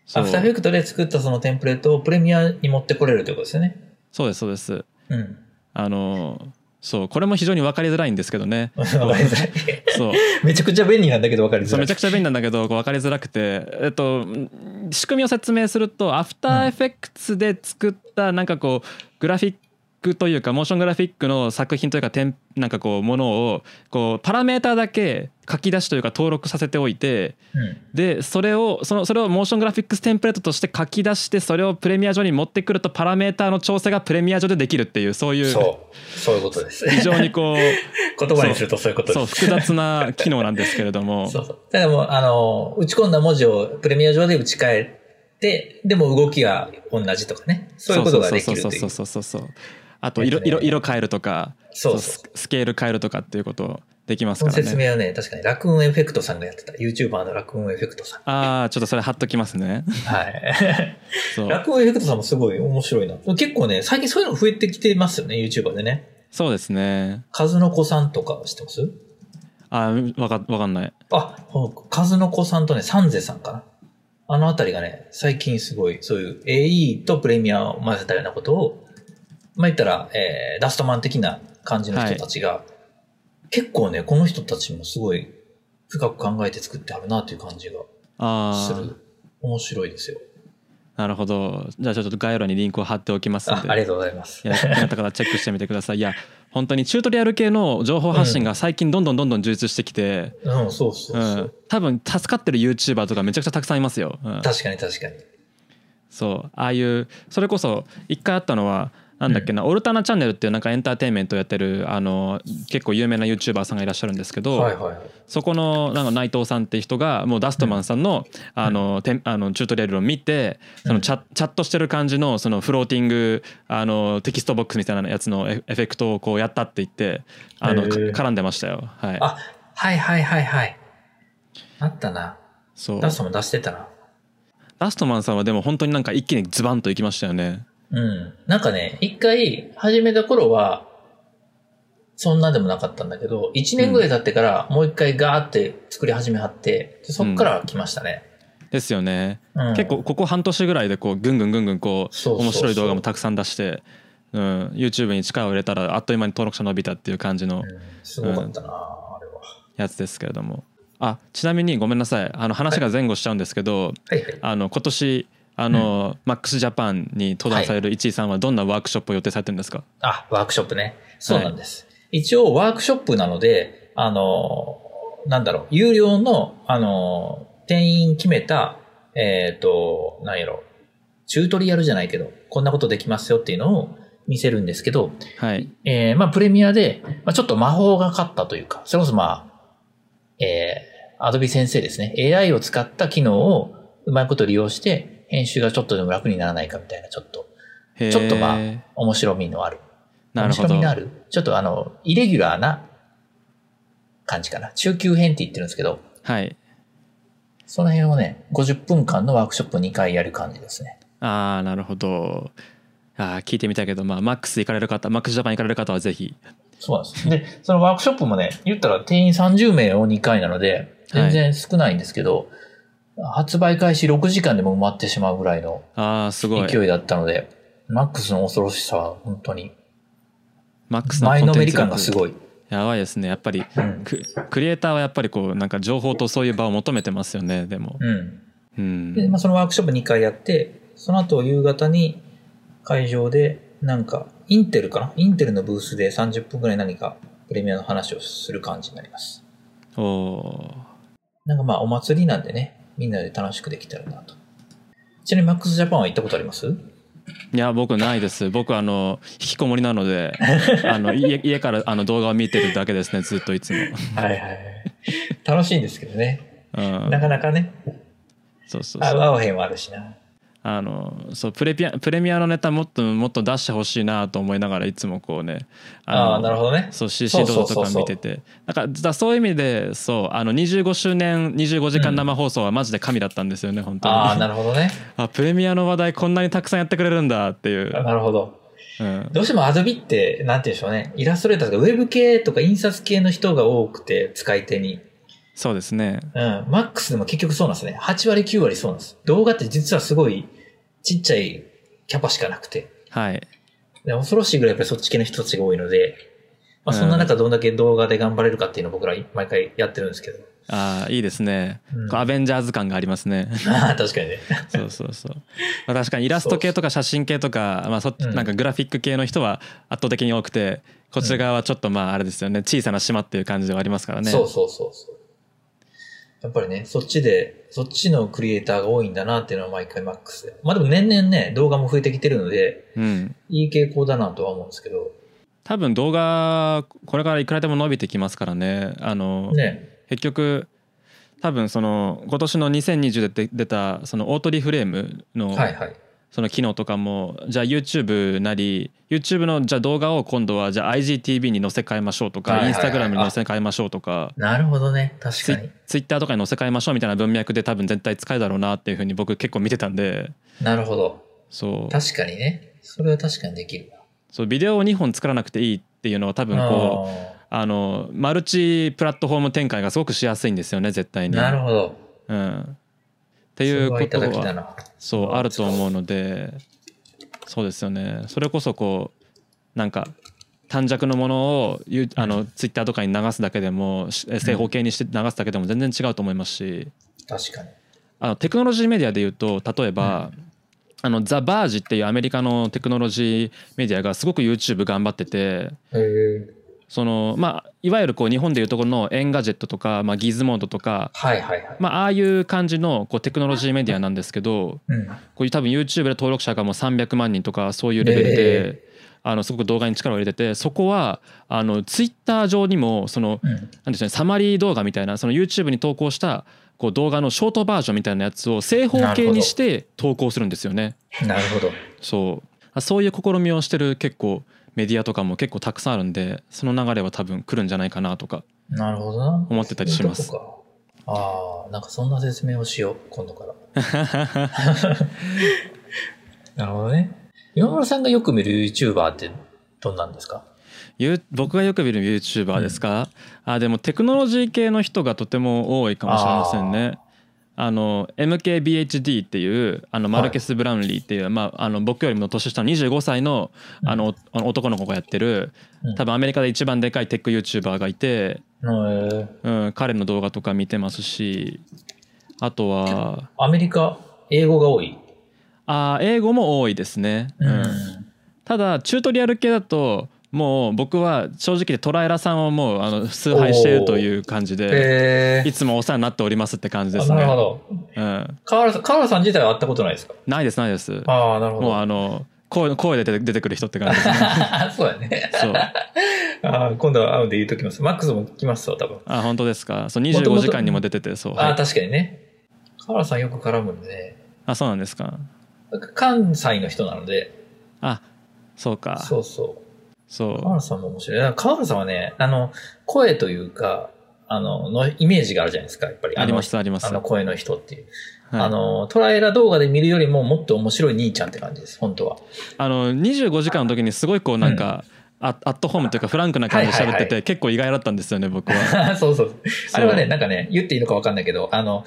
そうアフターエフェクトで作ったそのテンプレートをプレミアに持ってこれるということですよね。そうですそうです。うん。あのそうこれも非常に分かりづらいんですけどね。 <laughs> わかりづらい。そう。めちゃくちゃ便利なんだけどわかりづそうらめいちゃ。くちゃ便利なんだけどこう分かりづらくて、えっと、ん仕組みを説明するとアフターエフェクツで作ったなんかこうグラフィックというかモーショングラフィックの作品というかてんなんかこうものをこうパラメーターだけ書き出しというか登録させておいてうん。でそれをそのそれをモーショングラフィックステンプレートとして書き出してそれをプレミア上に持ってくるとパラメーターの調整がプレミア上でできるっていうそういうそう。そういうことです。非常にこ <laughs> 言葉にするとそういうこうとそうです。複雑な機能なんですけれど <laughs> も。そうそう。だからもう、あの、打ち込んだ文字をプレミア上で打ち替えて、でも動きが同じとかね。そういうことができるという。そうそそううそうそうそうそうあと色色色変えるとかそうススケール変えるとかっていうことできますそかのら説ね明はね、確かにラクーンエフェクトさんがやってた。YouTuber のラクーンエフェクトさん。ああちょっとそれ貼っときます <laughs> ねはい。そラうクーンエフェクトさんもすごい面白いな。結構ね、最近そういうの増えてきてますよね、YouTuber でね。そうですね数の子さんとか知ってますあーわかわかんないあ、数の子さんとね、サンゼさんかな。あのあたりがね、最近すごい、そういう AE とプレミアを混ぜたようなことを、まあ、言ったら、えーダストマン的な感じの人たちが、結構ね、この人たちもすごい深く考えて作ってあるなという感じがすあある。面白いですよ。なるほどじゃあちょっと概要欄にリンクを貼っておきますあんでありがとうございます。いやよかったからチェックしてみてくださいいや本当にチュートリアル系の情報発信が最近どんどんどんどん充実してきて、うん、そうそううそんう。多分助かってる YouTuber とかめちゃくちゃたくさんいますよ、うん、確かに確かに。そうああいうそれこそ一回あったのはなんだっけな、オルタナチャンネルっていうなんかエンターテインメントをやってるあの結構有名な YouTuber さんがいらっしゃるんですけど、はいはいはい。そこのなんか内藤さんって人がもうダストマンさんの,、あのてんあのチュートリアルを見てそのチャチャットしてる感じのそのフローティングあのテキストボックスみたいなやつのエフエフェクトをこうやったって言ってあのへかー絡んでましたよ。はい、あ、はいはいはいはい。あったな。そうダストも出してたな。ダストマンさんはでも本当になんか一気にズバンといきましたよね。うん。なんかね、一回始めた頃は、そんなでもなかったんだけど、一年ぐらい経ってからもう一回ガーって作り始めはって、でそっから来ましたね。ですよね。うん結構ここ半年ぐらいでこうぐんぐんぐんぐんこうそうそうそう面白い動画もたくさん出して、うん、YouTube に力を入れたらあっという間に登録者伸びたっていう感じのうんすごかったな、あれは。やつですけれどもあちなみにごめんなさいあの話が前後しちゃうんですけど、はいはい。あの今年あの、マックスジャパンに登壇される一井さんはどんなワークショップを予定されてるんですか、あ、ワークショップね。そうなんです。一応ワークショップなので、あの、なんだろう、有料の、あの、定員決めた、えっ、と、なんやろ、チュートリアルじゃないけど、こんなことできますよっていうのを見せるんですけど、はいえーまあ、プレミアで、まあ、ちょっと魔法がかったというか、それこそまあ、えー、アドビ先生ですね。AI を使った機能をうまいこと利用して、編集がちょっとでも楽にならないかみたいな、ちょっと、へーちょっとまあ、面白みのある。なるほ面白どみのある。ちょっとあの、イレギュラーな、感じかな。中級編って言ってるんですけど、はいその辺をね、50分間のワークショップ2回やる感じですね。ああなるほどあー聞いてみたいけどまあマックス行かれる方マックスジャパン行かれる方はぜひそうなん <laughs> です。で、そのワークショップもね、言ったら定員30名を2回なので、全然少ないんですけど、発売開始6時間でも埋まってしまうぐらいのああすごい勢いだったので、マックスの恐ろしさは本当に、マックスの前コンのテめンりツ力感がすごい。やばいですねやっぱりうん。ククリエイターはやっぱりこうなんか情報とそういう場を求めてますよねでもうん。うで、んまあ、そのワークショップ2回やって、その後夕方に会場で、なんか、インテルかなインテルのブースで30分ぐらい何かプレミアの話をする感じになります。おおーなんかまあ、お祭りなんでね、みんなで楽しくできたらなと。ちなみにマックスジャパンは行ったことありますいや僕ないです僕あの引きこもりなの <laughs> であの家家からあの動画を見てるだけですねずっといつも、はいはい。楽しいんですけどね。うんな、かなかね、そうそう合そうう合うへんはあるしな。あのそうプレピアプレミアのネタもっともっと出してほしいなと思いながらいつもこうねのああー、なるほどね。そうそ CC 動うそう画とそうかそう見ててだからだそういう意味でそうあの25周年25時間生放送はマジで神だったんですよね、本当にああ、なるほどね。あプレミアの話題こんなにたくさんやってくれるんだって <laughs> いう、なるほど。うん、どうしてもアドビって、なんて言うんでしょうね。イラストレーターとか、ウェブ系とか印刷系の人が多くて、使い手に。そうですねうん。マックスでも結局そうなんですね。8割、9割そうなんです。動画って実はすごい、ちっちゃいキャパしかなくて。はいで恐ろしいぐらいやっぱりそっち系の人たちが多いので、まあそんな中どんだけ動画で頑張れるかっていうのを僕ら毎回やってるんですけど。あーいいですね、うんこうアベンジャーズ感があります <laughs> ねああ、 <laughs> 確かにね。そうそうそう、まあ、確かにイラスト系とか写真系とか、まあ、そっちうんなんかグラフィック系の人は圧倒的に多くてこちら側はちょっとまああれですよね小さな島っていう感じではありますからねそうそうそうそう。やっぱりね、そっちで、そっちのクリエイターが多いんだなっていうのは毎回マックスで。まあでも年々ね、動画も増えてきてるので、うんいい傾向だなとは思うんですけど。多分動画これからいくらでも伸びてきますからねあのね。結局多分その今年の2020で出たそのオートリフレームのはいはい。その機能とかもじゃあ YouTube なり YouTube のじゃあ動画を今度はじゃあ IGTV に載せ替えましょうとかはいはいはい Instagram に載せ替えましょうとかなるほどね。確かに。 Twitter とかに載せ替えましょうみたいな文脈で多分絶対使えるだろうなっていうふうに僕結構見てたんでなるほど。そう確かにね。それは確かにできるわ。そうビデオを2本作らなくていいっていうのは多分こうあのマルチプラットフォーム展開がすごくしやすいんですよね絶対あーに。なるほど。うん、ってそいれうはこいとただきはだな。そうあると思うのでそうですよねそれこそこうなんか短尺のものをゆあのツイッターとかに流すだけでもし正方形にして流すだけでも全然違うと思いますし確かに。あのテクノロジーメディアでいうと例えば、あのザ・バージっていうアメリカのテクノロジーメディアがすごく YouTube 頑張っててへえ。そのまあいわゆるこう日本でいうところのエンガジェットとか、まあ、ギズモードとか、はいはいはい。まあああいう感じのこうテクノロジーメディアなんですけどうん。こういう多分 YouTube で登録者がもう300万人とかそういうレベルで、あのすごく動画に力を入れててそこはあの Twitter 上にもそのうん。なんでしょうねサマリー動画みたいなその YouTube に投稿したこう動画のショートバージョンみたいなやつを正方形にして投稿するんですよね。なるほど。そうあそういう試みをしてる結構メディアとかも結構たくさんあるんでその流れは多分来るんじゃないかなとかなるほどな。思ってたりしますそういうとこかああ、なんかそんな説明をしよう。今度 <laughs> から。なるほどね。今村さんがよく見る YouTuber ってどんなんですかゆう僕がよく見る YouTuber ですか、あでもテクノロジー系の人がとても多いかもしれませんね。あの MKBHD っていうあのマルケス・ブラウンリーっていう、まあ、あの僕よりも年下の25歳のあのお男の子がやってるうん多分アメリカで一番でかいテック YouTuber がいて、へえ。うん、彼の動画とか見てますしあとはアメリカ、英語が多い。あー英語も多いですね。うんただチュートリアル系だともう僕は正直でトライラさんをもうあの崇拝しているという感じでえいつもお世話になっておりますって感じですなるね。ほど。うん、河原さん、河原さん自体は会ったことないですかないですないです。もああ、なるほうあの声声で出て出てくる人って感じです <laughs> ね。ど。そうだね。そうああ、今度は会うんで言うときます。マックスも来ますわ、多分。あ本当ですか。そうもと25もと時間にも出ててそう、あはあ、い、確かにね。河原さんよく絡むんでね。あそうなんですか。関西の人なので、あそうかそうそうそう。河そ原さんも面白い。河原さんはね、あの、声というか、あの、のイメージがあるじゃないですか、やっぱり。ありますありますあの声の人っていう。はいあの、トライラ動画で見るよりももっと面白い兄ちゃんって感じです、本当は。あの25時間の時にすごいこうなんか、アアットホームというかフランクな感じで喋ってて、はいはいは結構意外だったんですよね僕は <laughs> そうそう。あれはね、なんかね、言っていいのかわかんないけど、あの、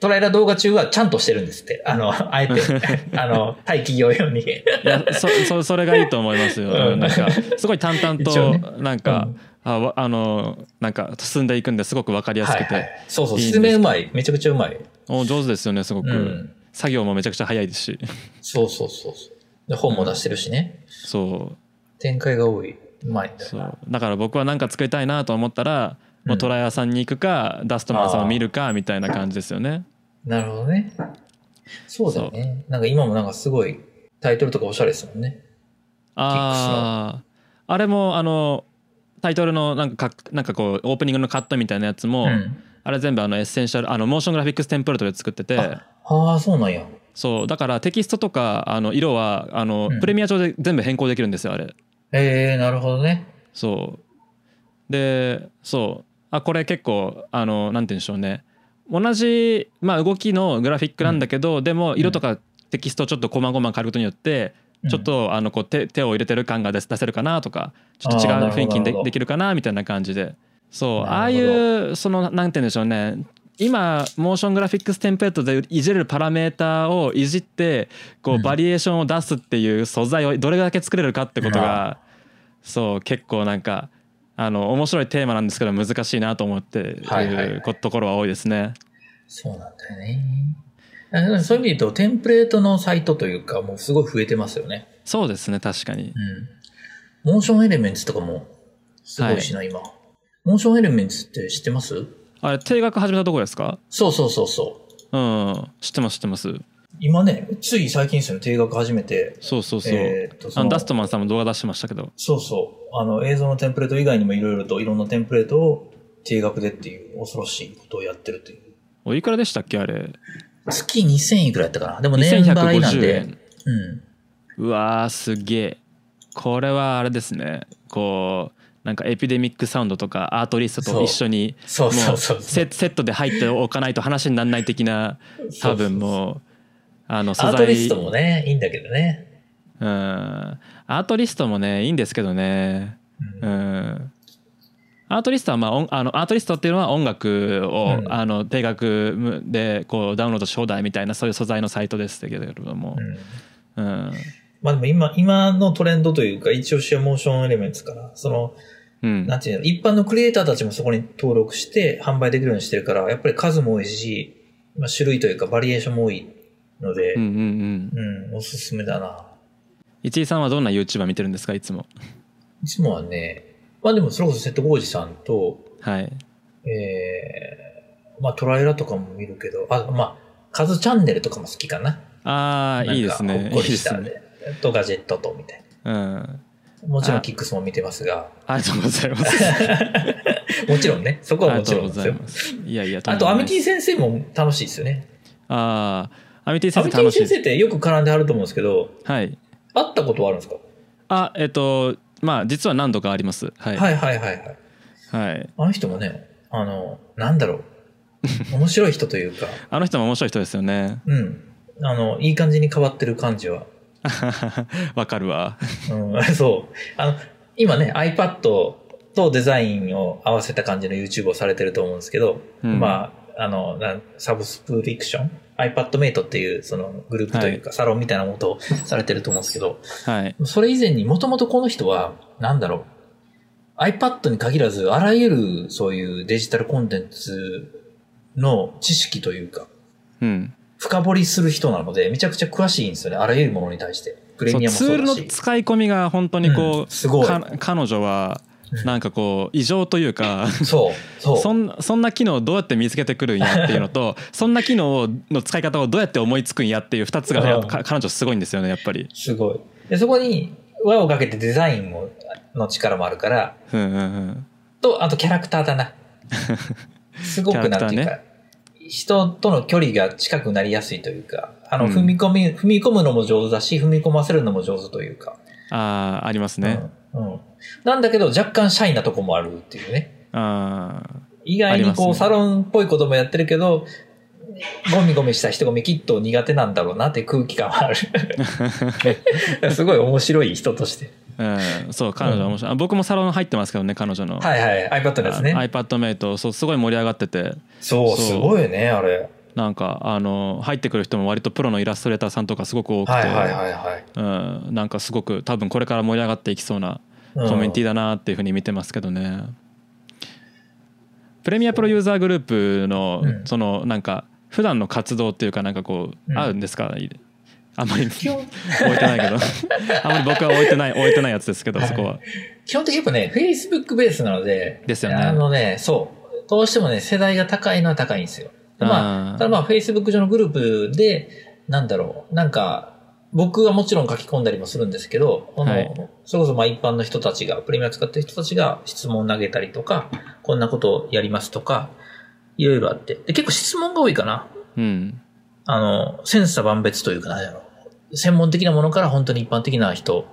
トライラ動画中はちゃんとしてるんですって。あの、<laughs> あえて、あの、対企業用に。いやそそそれがいいと思いますよ、うんなんかすごい淡々一応ねとなんか、うんあわあのなんか進んでいくんですごくわかりやすくて、はいはいそうそう、いいんです説明うまい。めちゃくちゃうまい。お上手ですよねすごく、うん作業もめちゃくちゃ早いですしそうそうそうそう。で、本も出してるしね。そう展開が多い。うまいんだよそな。うだから僕は何か作りたいなと思ったら、もううんトラヤさんに行くかダストマンさんを見るかみたいな感じですよねなるほどね。そうだよね。なんか今もなんかすごいタイトルとかおしゃれですもんね。あああれもあのタイトルのなんかかなんかこうオープニングのカットみたいなやつも、うん。あれ全部あのエッセンシャルあのモーショングラフィックステンプレートで作っててああ、そうなんや。そうだからテキストとかあの色はあの、うんプレミア上で全部変更できるんですよあれええなるほどね。そうでそうあこれ結構あのなんて言うんでしょうね同じ、まあ、動きのグラフィックなんだけど、でも色とかテキストをちょっと細々変えることによって、うんちょっとあのこう手手を入れてる感が出せ出せるかなとかちょっと違あーなうるほど雰囲気になるでほどできるかなみたいな感じでそうなるほどああいうそのなんて言うんでしょうね今モーショングラフィックステンプレートでいじれるパラメーターをいじってこううんバリエーションを出すっていう素材をどれだけ作れるかってことがそう結構なんかあの面白いテーマなんですけど難しいなと思っていはいはいうこところは多いですね。そうなんだよね。だからそういう意味で言うと、テンプレートのサイトというか、もうすごい増えてますよね。そうですね確かにうん。モーションエレメンツとかも、すごいしな、今。モーションエレメンツって知ってますあれ定額始めたとこですかそうそうそうそう。うん知ってます知ってます今ね、つい最近ですよね、定額始めて。そうそうそう、えーっとそあののダストマンさんも動画出してましたけどそうそう。あの、映像のテンプレート以外にもいろいろといろんなテンプレートを定額でっていう恐ろしいことをやってるという。おいくらでしたっけあれ月2000いくらやったかなでも年払いなん2150で。円うん。うわーすげえこれはあれですねこうなんかエピデミックサウンドとかアートリストと一緒にそうもそううそう。セセットで入っておかないと話にならない的な多分もうあの素ア材ートリストもね、いいんだけどね。うんアートリストもねいいんですけどねうんうんアートリストはまあ音あのアートリストっていうのは音楽を、うんあの定額でこうダウンロードし放題みたいなそういう素材のサイトですけれどもう、んうんまあでも今、今のトレンドというか、一押しはモーションエレメンツから、その、うん、なんていうの、一般のクリエイターたちもそこに登録して販売できるようにしてるから、やっぱり数も多いし、まあ、種類というかバリエーションも多いので、うんうんうんうん、おすすめだな。一井さんはどんな YouTuber 見てるんですかいつもいつもはね、まあでもそれこそ瀬戸康史さんと、はいえー、まあトライラとかも見るけど、あ、まあ、カズチャンネルとかも好きかな。ああいいですなんねかいいほっこでりしすたねね。とガジェットとみたいうんな。もちろあんキックスも見てますが、ありがとうございます。もちろん <laughs> ね、そこはありもがちとうろんごでざすいよ。ます。いやいや、あと、アミティィ先生も楽しいですよね。ああ、アミティア先ミテ生ィ楽しいで先す。生ってよく絡んであると思うんですけど、はい。会ったことはあるんですか、あ、えっと、まあ、実は何度かあります。はい。はい、はいはいはい。はい。あの人もね、あの、なんだろう。面白い人というか、あの人も面白い人ですよね。 <laughs> うん。あの、いい感じに変わってる感じは。わかるわ。うん、 <laughs> そう。あの、今ね、iPad とデザインを合わせた感じの YouTube をされてると思うんですけど、うんまあ、あの、なんサブスプリクション ?iPadMate っていう、そのグループというか、サロンみたいなことをされてると思うんですけど、はい。それ以前にもともとこの人は、なんだろう、iPad に限らず、あらゆるそういうデジタルコンテンツの知識というか、うん。深掘りする人なので、めちゃくちゃ詳しいんですよね。あらゆるものに対して。プレそうミアムもツそーうルだのし。使い込みが本当にこうんすごう、い。か彼女はうんなんかこう異常というか。そう、そう。そんそんな機能をどうやって見つけてくるんやっていうの <laughs> とそんな機能の使い方をどうやって思いつくんやっていう2つがやっぱか彼女すごいんですよねやっぱり。すごい。で、そこに輪をかけてデザインも、の力もあるから、うんうんうん、と、あとキャラクター <laughs> だな。すごくなんていキャうラか、人との距離が近くなりやすいというか、あの、うん踏み込み、踏み込むのも上手だし、踏み込ませるのも上手というか。あーありますね。うん。うん。なんだけど、若干シャイなとこもあるっていうね。あー意外にこありう、ますねサロンっぽいこともやってるけど、ゴミゴミした人ゴミきっと苦手なんだろうなって空気感は <laughs> ある。すごい面白い人として。うん、そう彼女面白い、あ僕もサロン入ってますけどね彼女の、はいはい、iPad ですあね。 iPad メイトそうすごい盛り上がっててそうそう、すごいよね、あれ。なんかあの入ってくる人も割とプロのイラストレーターさんとかすごく多くて、はいはいはいはい。うん、なんかすごく多分これから盛り上がっていきそうなうんコミュニティだなっていうふうに見てますけどね、プレミアプロユーザーグループのうんそのなんか普段の活動っていうかなんかこううんあるんですか、あんまり置基い本てない <laughs> けどあんまり僕は置いてない置いてないやつですけどはいそこは基本的にやっぱね、Facebook ベースなので、ですよねあのね、そう。どうしてもね、世代が高いのは高いんですよ。まあ、あーただまあ、Facebook 上のグループで、なんだろう、なんか、僕はもちろん書き込んだりもするんですけど、このはいそれこそまあ一般の人たちが、プレミア使ってる人たちが質問を投げたりとか、こんなことをやりますとか、いろいろあって。で、結構質問が多いかな。うんあの、千差万別というか、なんだろう。専門的なものから本当に一般的な人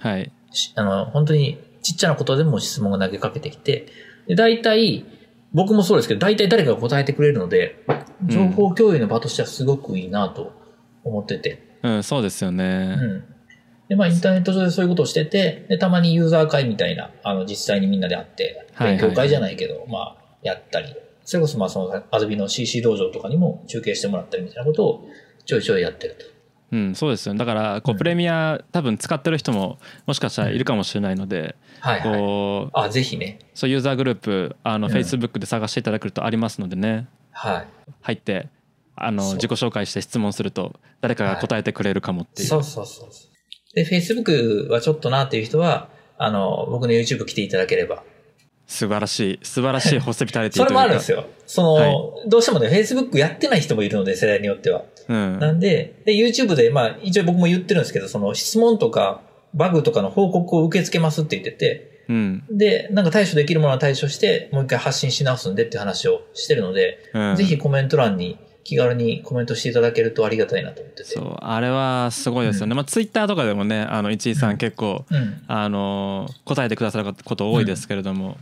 はいしあの、本当にちっちゃなことでも質問が投げかけてきて、で、大体、僕もそうですけど、大体誰かが答えてくれるので、情報共有の場としてはすごくいいなと思ってて。うんそうですようね、ん。で、まあ、インターネット上でそういうことをしてて、で、たまにユーザー会みたいな、あの、実際にみんなで会って、はいはい勉強会じゃないけど、まあ、やったり、それこそまあ、その、アズビの CC 道場とかにも中継してもらったりみたいなことをちょいちょいやってると。うん、そうですよねだからこううんプレミア多分使ってる人ももしかしたらいるかもしれないのではいはい。こうあ、ぜひね。そうユーザーグループあの、うん Facebook で探していただくとありますのでねはい。入ってあそのう自己紹介して質問すると誰かが答えてくれるかもっていう、そうそうそうそう。で、Facebook はちょっとなっていう人は、あの、僕の YouTube 来ていただければ。素晴らしい素晴らしいホスピタリティそというれかもあるんですよ。その、はいどうしてもね、Facebook やってない人もいるので、世代によっては。うんなんで、で、YouTube で、まあ、一応僕も言ってるんですけど、その質問とか、バグとかの報告を受け付けますって言ってて、うんで、なんか対処できるものは対処して、もう一回発信し直すんでっていう話をしてるので、うん、ぜひコメント欄に気軽にコメントしていただけるとありがたいなと思ってて。そうあれはすごいですよね、まあ、Twitter とかでもねあの一井さん結構、うん。あの答えてくださること多いですけれども、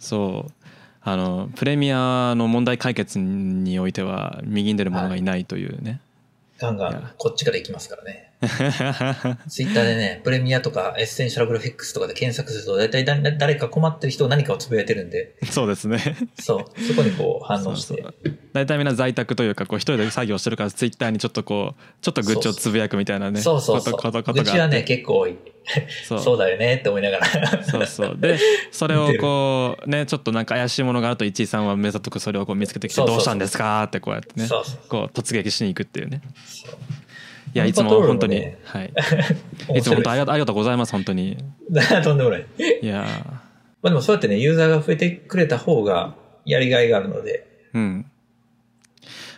そうあのプレミアの問題解決においては右に出る者がいないというね、ガンガいやン、こっちから行きますからね。ツイッターでね、プレミアとかエッセンシャルグラフィックスとかで検索すると、大体だ誰か困ってる人何かをつぶやいてるんで、 <laughs> そうですねそう、そこにこう反応しそて。うそう大体みんな在宅というかこう一人で作業してるからツイッターにちょっとこうちょっと愚痴をつぶやくみたいなねそうそうことことそう。こと愚が痴はね、結構多い。そうそうだよねって思いながら。そうそうでそれをこうねちょっとなんか怪しいものがあると一井さんは目ざとくそれをこう見つけてきて「そうそうどうしたんですか?」ってこうやってねそうそうこう突撃しに行くっていうねそう。いやいつも本当に、 <laughs> はい、い面つも白本い当ありがとうありがとうございます本当に <laughs> とんでもない。いやまあでもそうやってね、ユーザーが増えてくれた方がやりがいがあるので。ーうん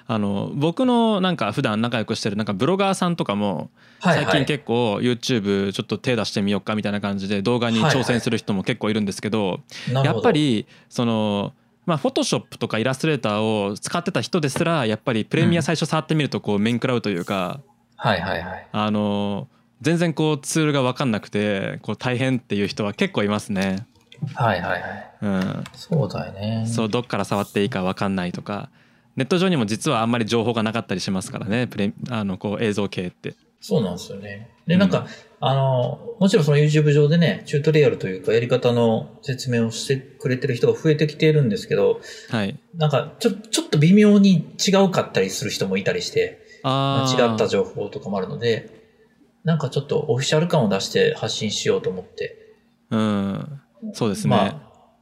あの僕のなんか普段仲良くしてるなんかブロガーさんとかもはい、最は近い。結構 YouTube ちょっと手出してみようかみたいな感じで動画に挑戦する人も結構いるんですけど、なるやほっぱど。りそのまあフォトショップとかイラストレーターを使ってた人ですらやっぱりプレミア最初触ってみるとこう面食らうというか、はいはいはい。あの全然こうツールが分かんなくてこう大変っていう人は結構いますね。はいはいはい。うん、そうだよね。そうどっから触っていいか分かんないとかネット上にも実はあんまり情報がなかったりしますからねプレあのこう映像系って。そうなんですよね。うで、んなんか、あの、もちろんその YouTube 上でね、チュートリアルというか、やり方の説明をしてくれてる人が増えてきているんですけど、はい、なんか、ちょ、ちょっと微妙に違うかったりする人もいたりして、あー間違った情報とかもあるので、なんかちょっとオフィシャル感を出して発信しようと思って、うん、そうですね。ま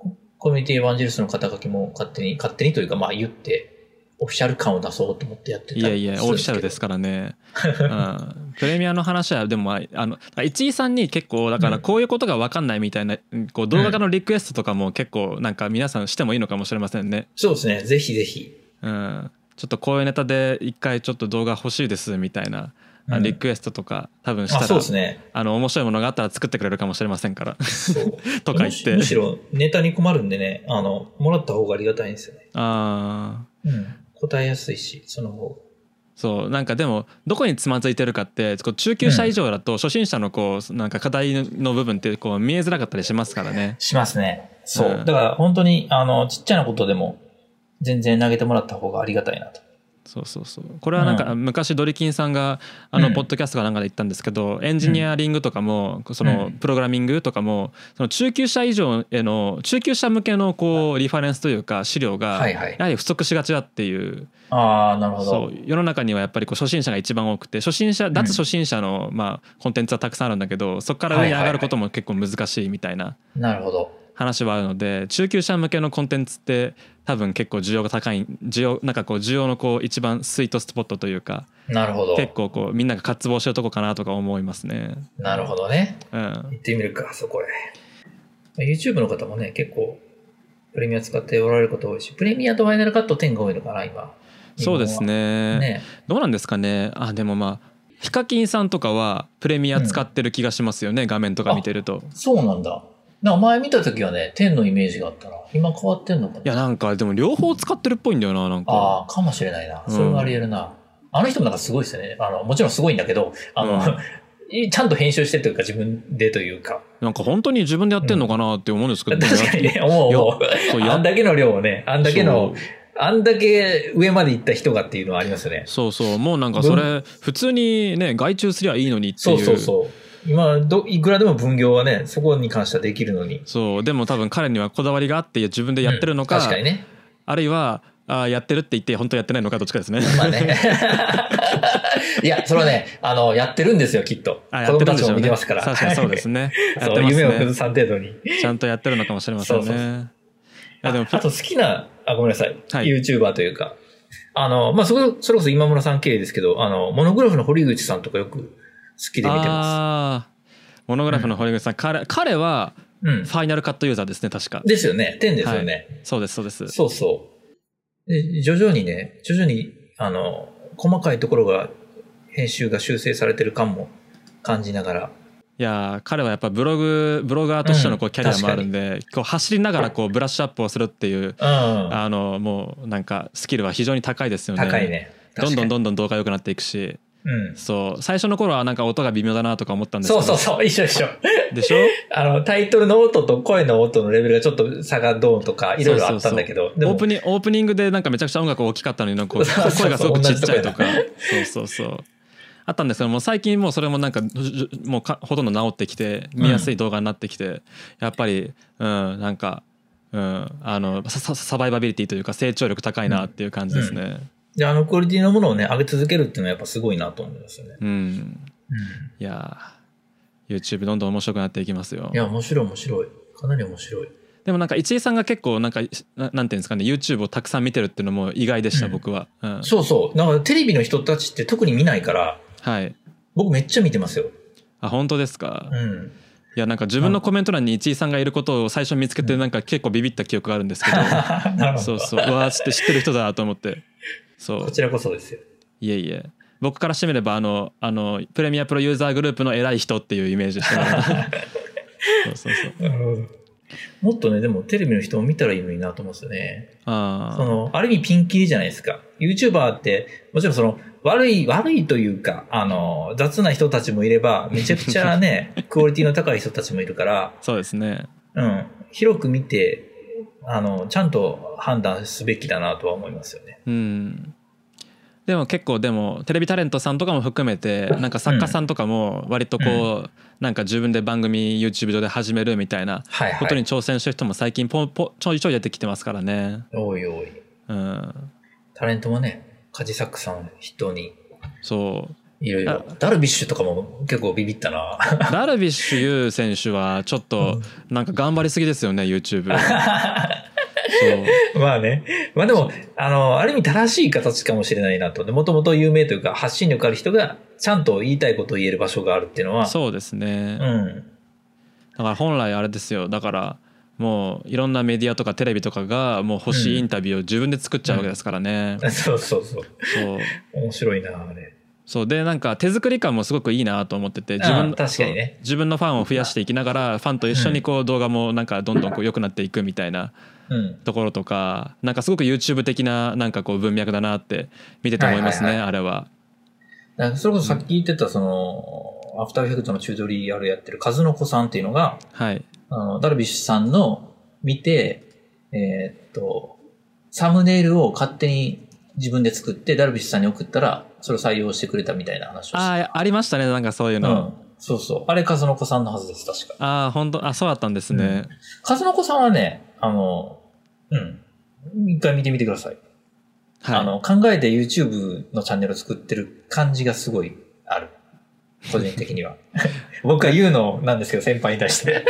あ、コミュニティエヴァンジェリストの肩書きも勝手に、勝手にというか、まあ言って、オフィシャル感を出そうと思ってやってたいやいや、オフィシャルですすからね。うん、プレミアの話は、でも、まああの、一井さんに結構、だから、うんこういうことが分かんないみたいな、うんこう、動画化のリクエストとかも結構、なんか、皆さんしてもいいのかもしれませんね。けど。そうですね。ぜひぜひ。うん。ちょっとこういうネタで一回ちょっと動画欲しいですみたいなあうんリクエストとか多分したあ、ら、そうですね。あの面白いものがあったら作ってくれるかもしれませんからそう。 <laughs> とか言ってむしむしろネタに困るんでね、あの、もらった方がありがたいんですよね。あうん。答えやすいし、その方そうなんかでもどこにつまずいてるかってこう中級者以上だと初心者のこうなんか課題の部分ってこう見えづらかったりしますからね。しますね。そう。うんだから本当に、あの、ちっちゃなことでも、全然投げてもらった方がありがたいなと。そうそうそうこれはなんか昔ドリキンさんがあうのんポッドキャストかなんかで言ったんですけどエンジニアリングとかもそのプログラミングとかもその中級者以上への中級者向けのこうリファレンスというか資料がはいやはい。はり不足しがちだっていうああ、なるほそどう。世の中にはやっぱりこう初心者が一番多くて初心者脱初心者のまあコンテンツはたくさんあるんだけどそこから上に上がることも結構難しいみたいななるほど。話はあるので中級者向けのコンテンツって多分結構需要が高い需要なんかこう需要のこう一番スイートスポットというかなるほど。結構こうみんなが渇望してるとこかなとか思いますね。なるほどね。うん、行ってみるか、そこへ。まあ YouTube の方もね、結構、プレミア使っておられること多いし、プレミアとファイナルカット10が多いのかな、今。そうです日ね本は。ね。どうなんですかねあでもまあヒカキンさんとかはプレミア使ってる気がしますよね、画面とか見てると。そうなんだ。なんか前見た時はね、10のイメージがあったな。今変わってんのかいやな。なんかでも両方使ってるっぽいんだよななんか。ああ、かもしれないな。うんそれはあり得るな。あの人もなんかすごいですよね。あの、もちろんすごいんだけど、あの、うん <laughs> ちゃんと編集してというか自分でというか。なんか本当に自分でやってんのかなって思うんですけど、確かにね、思う思う。そうやあんだけの量をね、あんだけの、あんだけ上まで行った人がっていうのはありますよね。そうそうそうもうなんかそれ普通にね外注すりゃいいのにってそいううそうそう。今ど、いくらでも分業はね、そこに関してはできるのに。そうでも多分彼にはこだわりがあって自分でやってるのか,、うん確かにね。あるいはあやってるって言って本当やってないのかどっちかですねまあね。いや、それはね、あの、やってるんですよ、きっと。あ子やっ供てるたんでちしょうも見ねてますから。確かにそうですねやっそうてます夢を崩ねさん程度に。ちゃんとやってるのかもしれませんねそうそうそいやでもああと好きな、あ、ごめんなさい。はい YouTuber というか。あの、まあ、それそれこそ今村さん経由ですけど、あの、モノグラフの堀口さんとかよく好きで見てまあーモノグラフの堀口さん、彼彼はす。うんフ。ァイナルカットユーザーですね確かですよね。10ですよね。そうですそうですそうそう。で、徐々にね、徐々に、あの、細かいところが、編集が修正されてる感も感じながら。いやー彼はやっぱブログブロガーとしてのこううんキャリアもあるんで、こう走りながらこうブラッシュアップをするっていううん。 <laughs> あのもうなんかスキルは非常に高いですよね。高いね。どんどんんどんどん動画良くなっていくしうん。そう最初の頃はなんか音が微妙だなとか思ったんですけそどうそうそう、一緒一緒。で <laughs> しょあの、タイトルの音と声の音のレベルがちょっと差がどうとか、いろいろあったんだけど、でオーもプニオープニングでなんかめちゃくちゃ音楽大きかったのになんかこう <laughs> そうそうそう声がすごくちっちゃいとか同そうそうそうあったんですけどもう最近もうそれもなんかじゅもうかほとんど治ってきて見やすい動画になってきて、やっぱりうんなんか、うん、あのサササバイバビリティというか成長力高いなっていう感じですね。で、あのクオリティのものをね、上げ続けるっていうのはやっぱすごいなと思いますよね。うん、いやー YouTube どんどん面白くなっていきますよい。や、面白い面白い。かなり面白い。でもなんか一井さんが結構なんかななんていうんですかね YouTube をたくさん見てるっていうのも意外でした、うん僕は、うん、そうそう。なんかテレビの人たちって特に見ないから、はい僕めっちゃ見てますよ。あ本当ですか、うい <laughs> ん。やなんか自分のコメント欄に一井さんがいることを最初見つけてなんか結構ビビった記憶があるんですけなるどほど。 <laughs> そうそううわー知って知ってる人だと思ってそこうちらこそですよ。いえいえ僕からしてみればあのあのプレミアプロユーザーグループの偉い人っていうイメージでしたから <laughs> そうそうそうなるほど。もっとね、でもテレビの人も見たらいいのになと思うんですよね。そあの、ある意味ピンキリじゃないですか。YouTuber って、もちろんその、悪い、悪いというか、あの、雑な人たちもいれば、めちゃくちゃね、クオリティの高い人たちもいるから、ーそうですねうん、広く見て、あの、ちゃんと判断すべきだなとは思いますよね。うんでも結構でもテレビタレントさんとかも含めてなんか作家さんとかも割とこう、なんか自分で番組 YouTube 上で始めるみたいなはいはことにい。挑戦してる人も最近ポンポンちょいちょい出てきてますからね。おいおい。うん、タレントもね、カジサックさんを筆頭に、そういろいろ。ダルビッシュとかも結構ビビったな。ダルビッシュ有選手はちょっとなんか頑張りすぎですよね YouTube。そう <laughs> <laughs> まあね。まあでも、あの、ある意味正しい形かもしれないなと。でもともと有名というか、発信力ある人が、ちゃんと言いたいことを言える場所があるっていうのは、そうですねう。ん。だ <laughs> から本来あれですよだからもういろんなメディアとかテレビとかがもう欲しいインタビューを自分で作っちゃうわけですからね。そうそうそそう。う面白いな、あれ。そうでなんか手作り感もすごくいいなと思っててん自分の確かにそねう自分のファンを増やしていきながらファンと一緒にこう動画もなんかどんどんこう良くなっていくみたいなうん。ところとかなんかすごく YouTube 的ななんかこう文脈だなって見てて思いますね、はいはあれは。だからそれこそさっき言ってた、その、アフターエフェクトのチュートリアルやってるカズノコさんっていうのが、はい、あの、ダルビッシュさんの見て、えーっと、サムネイルを勝手に自分で作って、ダルビッシュさんに送ったら、それを採用してくれたみたいな話をしてあーありましたねなんかそういううの。ん。そうそう。あれ、カズノコさんのはずです、確か。ああ本当あそうだったんですね。カズノコさんはね、あの、うん。一回見てみてください。はい、あの、考えて YouTube のチャンネルを作ってる感じがすごいある。個人的には。僕は言うのなんですけど、先輩に対して。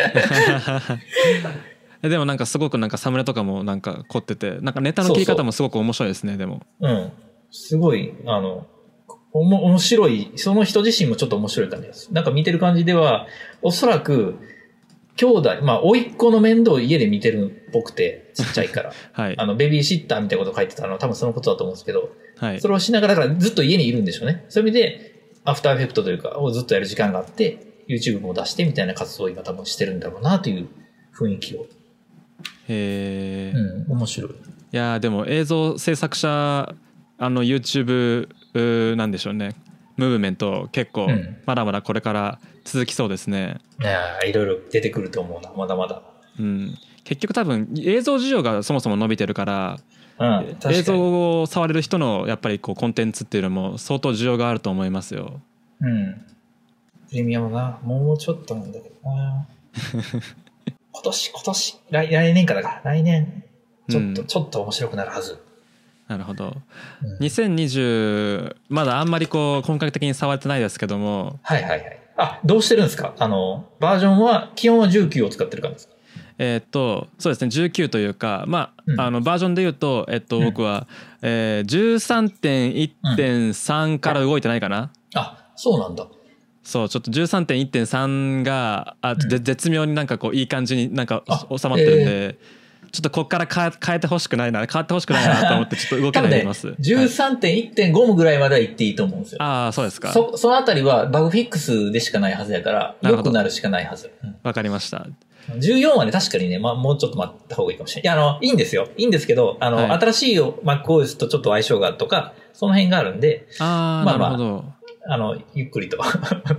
え <laughs> でもなんかすごくなんかサムネとかもなんか凝っててなんかネタの切り方もすごく面白いですねでもうん。すごい、あの、おも、面白い、その人自身もちょっと面白い感じです。なんか見てる感じでは、おそらく、兄弟、まあ、甥っ子の面倒を家で見てるっぽくて、ちっちゃいから。はいあの、ベビーシッターみたいなこと書いてたのは多分そのことだと思うんですけど、はいそれをしながら、だからずっと家にいるんでしょうね。そういう意味で、アフターエフェクトというか、をずっとやる時間があって、YouTube も出してみたいな活動を今多分してるんだろうなという雰囲気を。へうーいん、面白い。やーでも映像制作者あの YouTube うーなんでしょうねムーブメント結構うんまだまだこれから続きそうですね、いやーいろいろ出てくると思うな、まだまだ。うん、結局多分映像需要がそもそも伸びてるからうん、確かに。映像を触れる人のやっぱりこうコンテンツっていうのも相当需要があると思いますようん。プレミアムな、もうちょっとなんだけど <laughs> な。今年、今年、来来年からか。来年、ちょっと、うんちょっと面白くなるはず。なるほどうん2020まだあんまりこう本格的に触ってないですけども、はいはいはい。あ、どうしてるんですかあの、バージョンは、基本は19を使ってる感じですかえーっとそうですね19というか、まあうんあのバージョンで言うと、えっと、うん僕は、えー、13.1.3から動いてないかな、あ、そうなんだ。そうちょっと13.1.3があぜ絶妙になんかこういい感じになんかあ収まってるんで、ちょっとこっからか変えてほしくないな変わってほしくないなと思ってちょっと動け多ないで分ね、います。はい13.1.5ぐらいまでは行っていいと思うんですよ。ああそうですかそ、そのあたりはバグフィックスでしかないはずやから、なる良ほどくなるしかないはず。うんわかりました14はね、確かにね、まあ、もうちょっと待った方がいいかもしれない。いや、あの、いいんですよ。いいんですけど、あの、はい新しい MacOS とちょっと相性がとか、その辺があるんで、ああ、まあまあなるほどあの、ゆっくりと。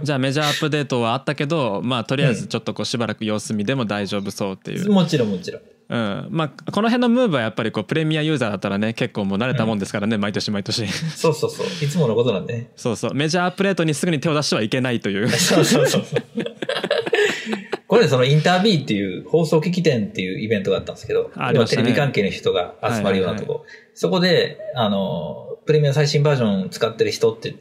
じゃあメジャーアップデートはあったけどまあとりあえずちょっとこうしばらく様子見でも大丈夫そうっていう、 <laughs> もちろんもちろん。うん、まあこの辺のムーブはやっぱりこうプレミアユーザーだったらね結構もう慣れたもんですからね、毎年毎年 <laughs> そうそうそう。いつものことなんでね。そうそうメジャーアップデートにすぐに手を出してはいけないと <laughs> いうそうそうそう。 <laughs> これそのインタービーっていう放送機器店っていうイベントがあったんですけど、ありましテたねレビ関係の人が集まるようなとこ、そこで、あの、プレミアム最新バージョン使ってる人って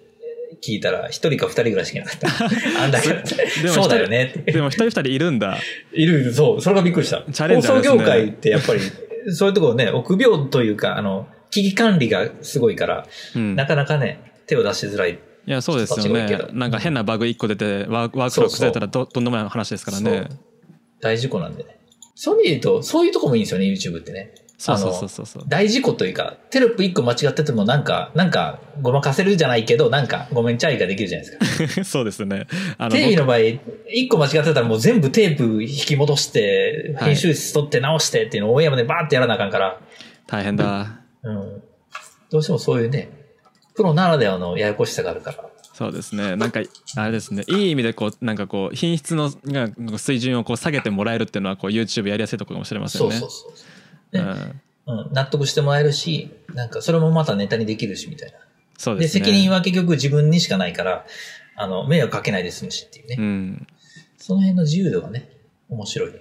聞いたら、一人か二人ぐらいしかいな <laughs> かった。あんだけどでもそうだよねって。でも一人二人いるんだいるいる、そう、それがびっくりした。チャレンジャー放で送すね業界ってやっぱり、そういうところね、臆病というか、あの、危機管理がすごいから、うんなかなかね、手を出しづらい。いやそうですよちょっと違ねうけどなんか変なバグ一個出てワークワークロー崩れたらどとんでもない話ですからねそう大事故なんでね。そういう意味で言うと、そういうとこもいいんですよね、YouTube ってね。そうそうそうそうそう大事故というか、テロップ1個間違っててもなんか、なんか、ごまかせるじゃないけど、なんか、ごめんちゃいができるじゃないですか。 <laughs> そうですねあのテレビの場合、1個間違ってたらもう全部テープ引き戻して、はい編集室取って直してっていうのをオンエアまでバーってやらなあかんから、大変だうん。どうしてもそういうね、プロならではのややこしさがあるから。そうですねなんかあれですねいい意味でこうなんかこう品質のが水準をこう下げてもらえるっていうのはこう YouTube やりやすいところかもしれませんそうねそうそう。ねうん、うん、納得してもらえるし、なんかそれもまたネタにできるしみたいな。そうでですね責任は結局自分にしかないから、あの、迷惑かけないで済むしっていうね。うんその辺の自由度がね、面白い。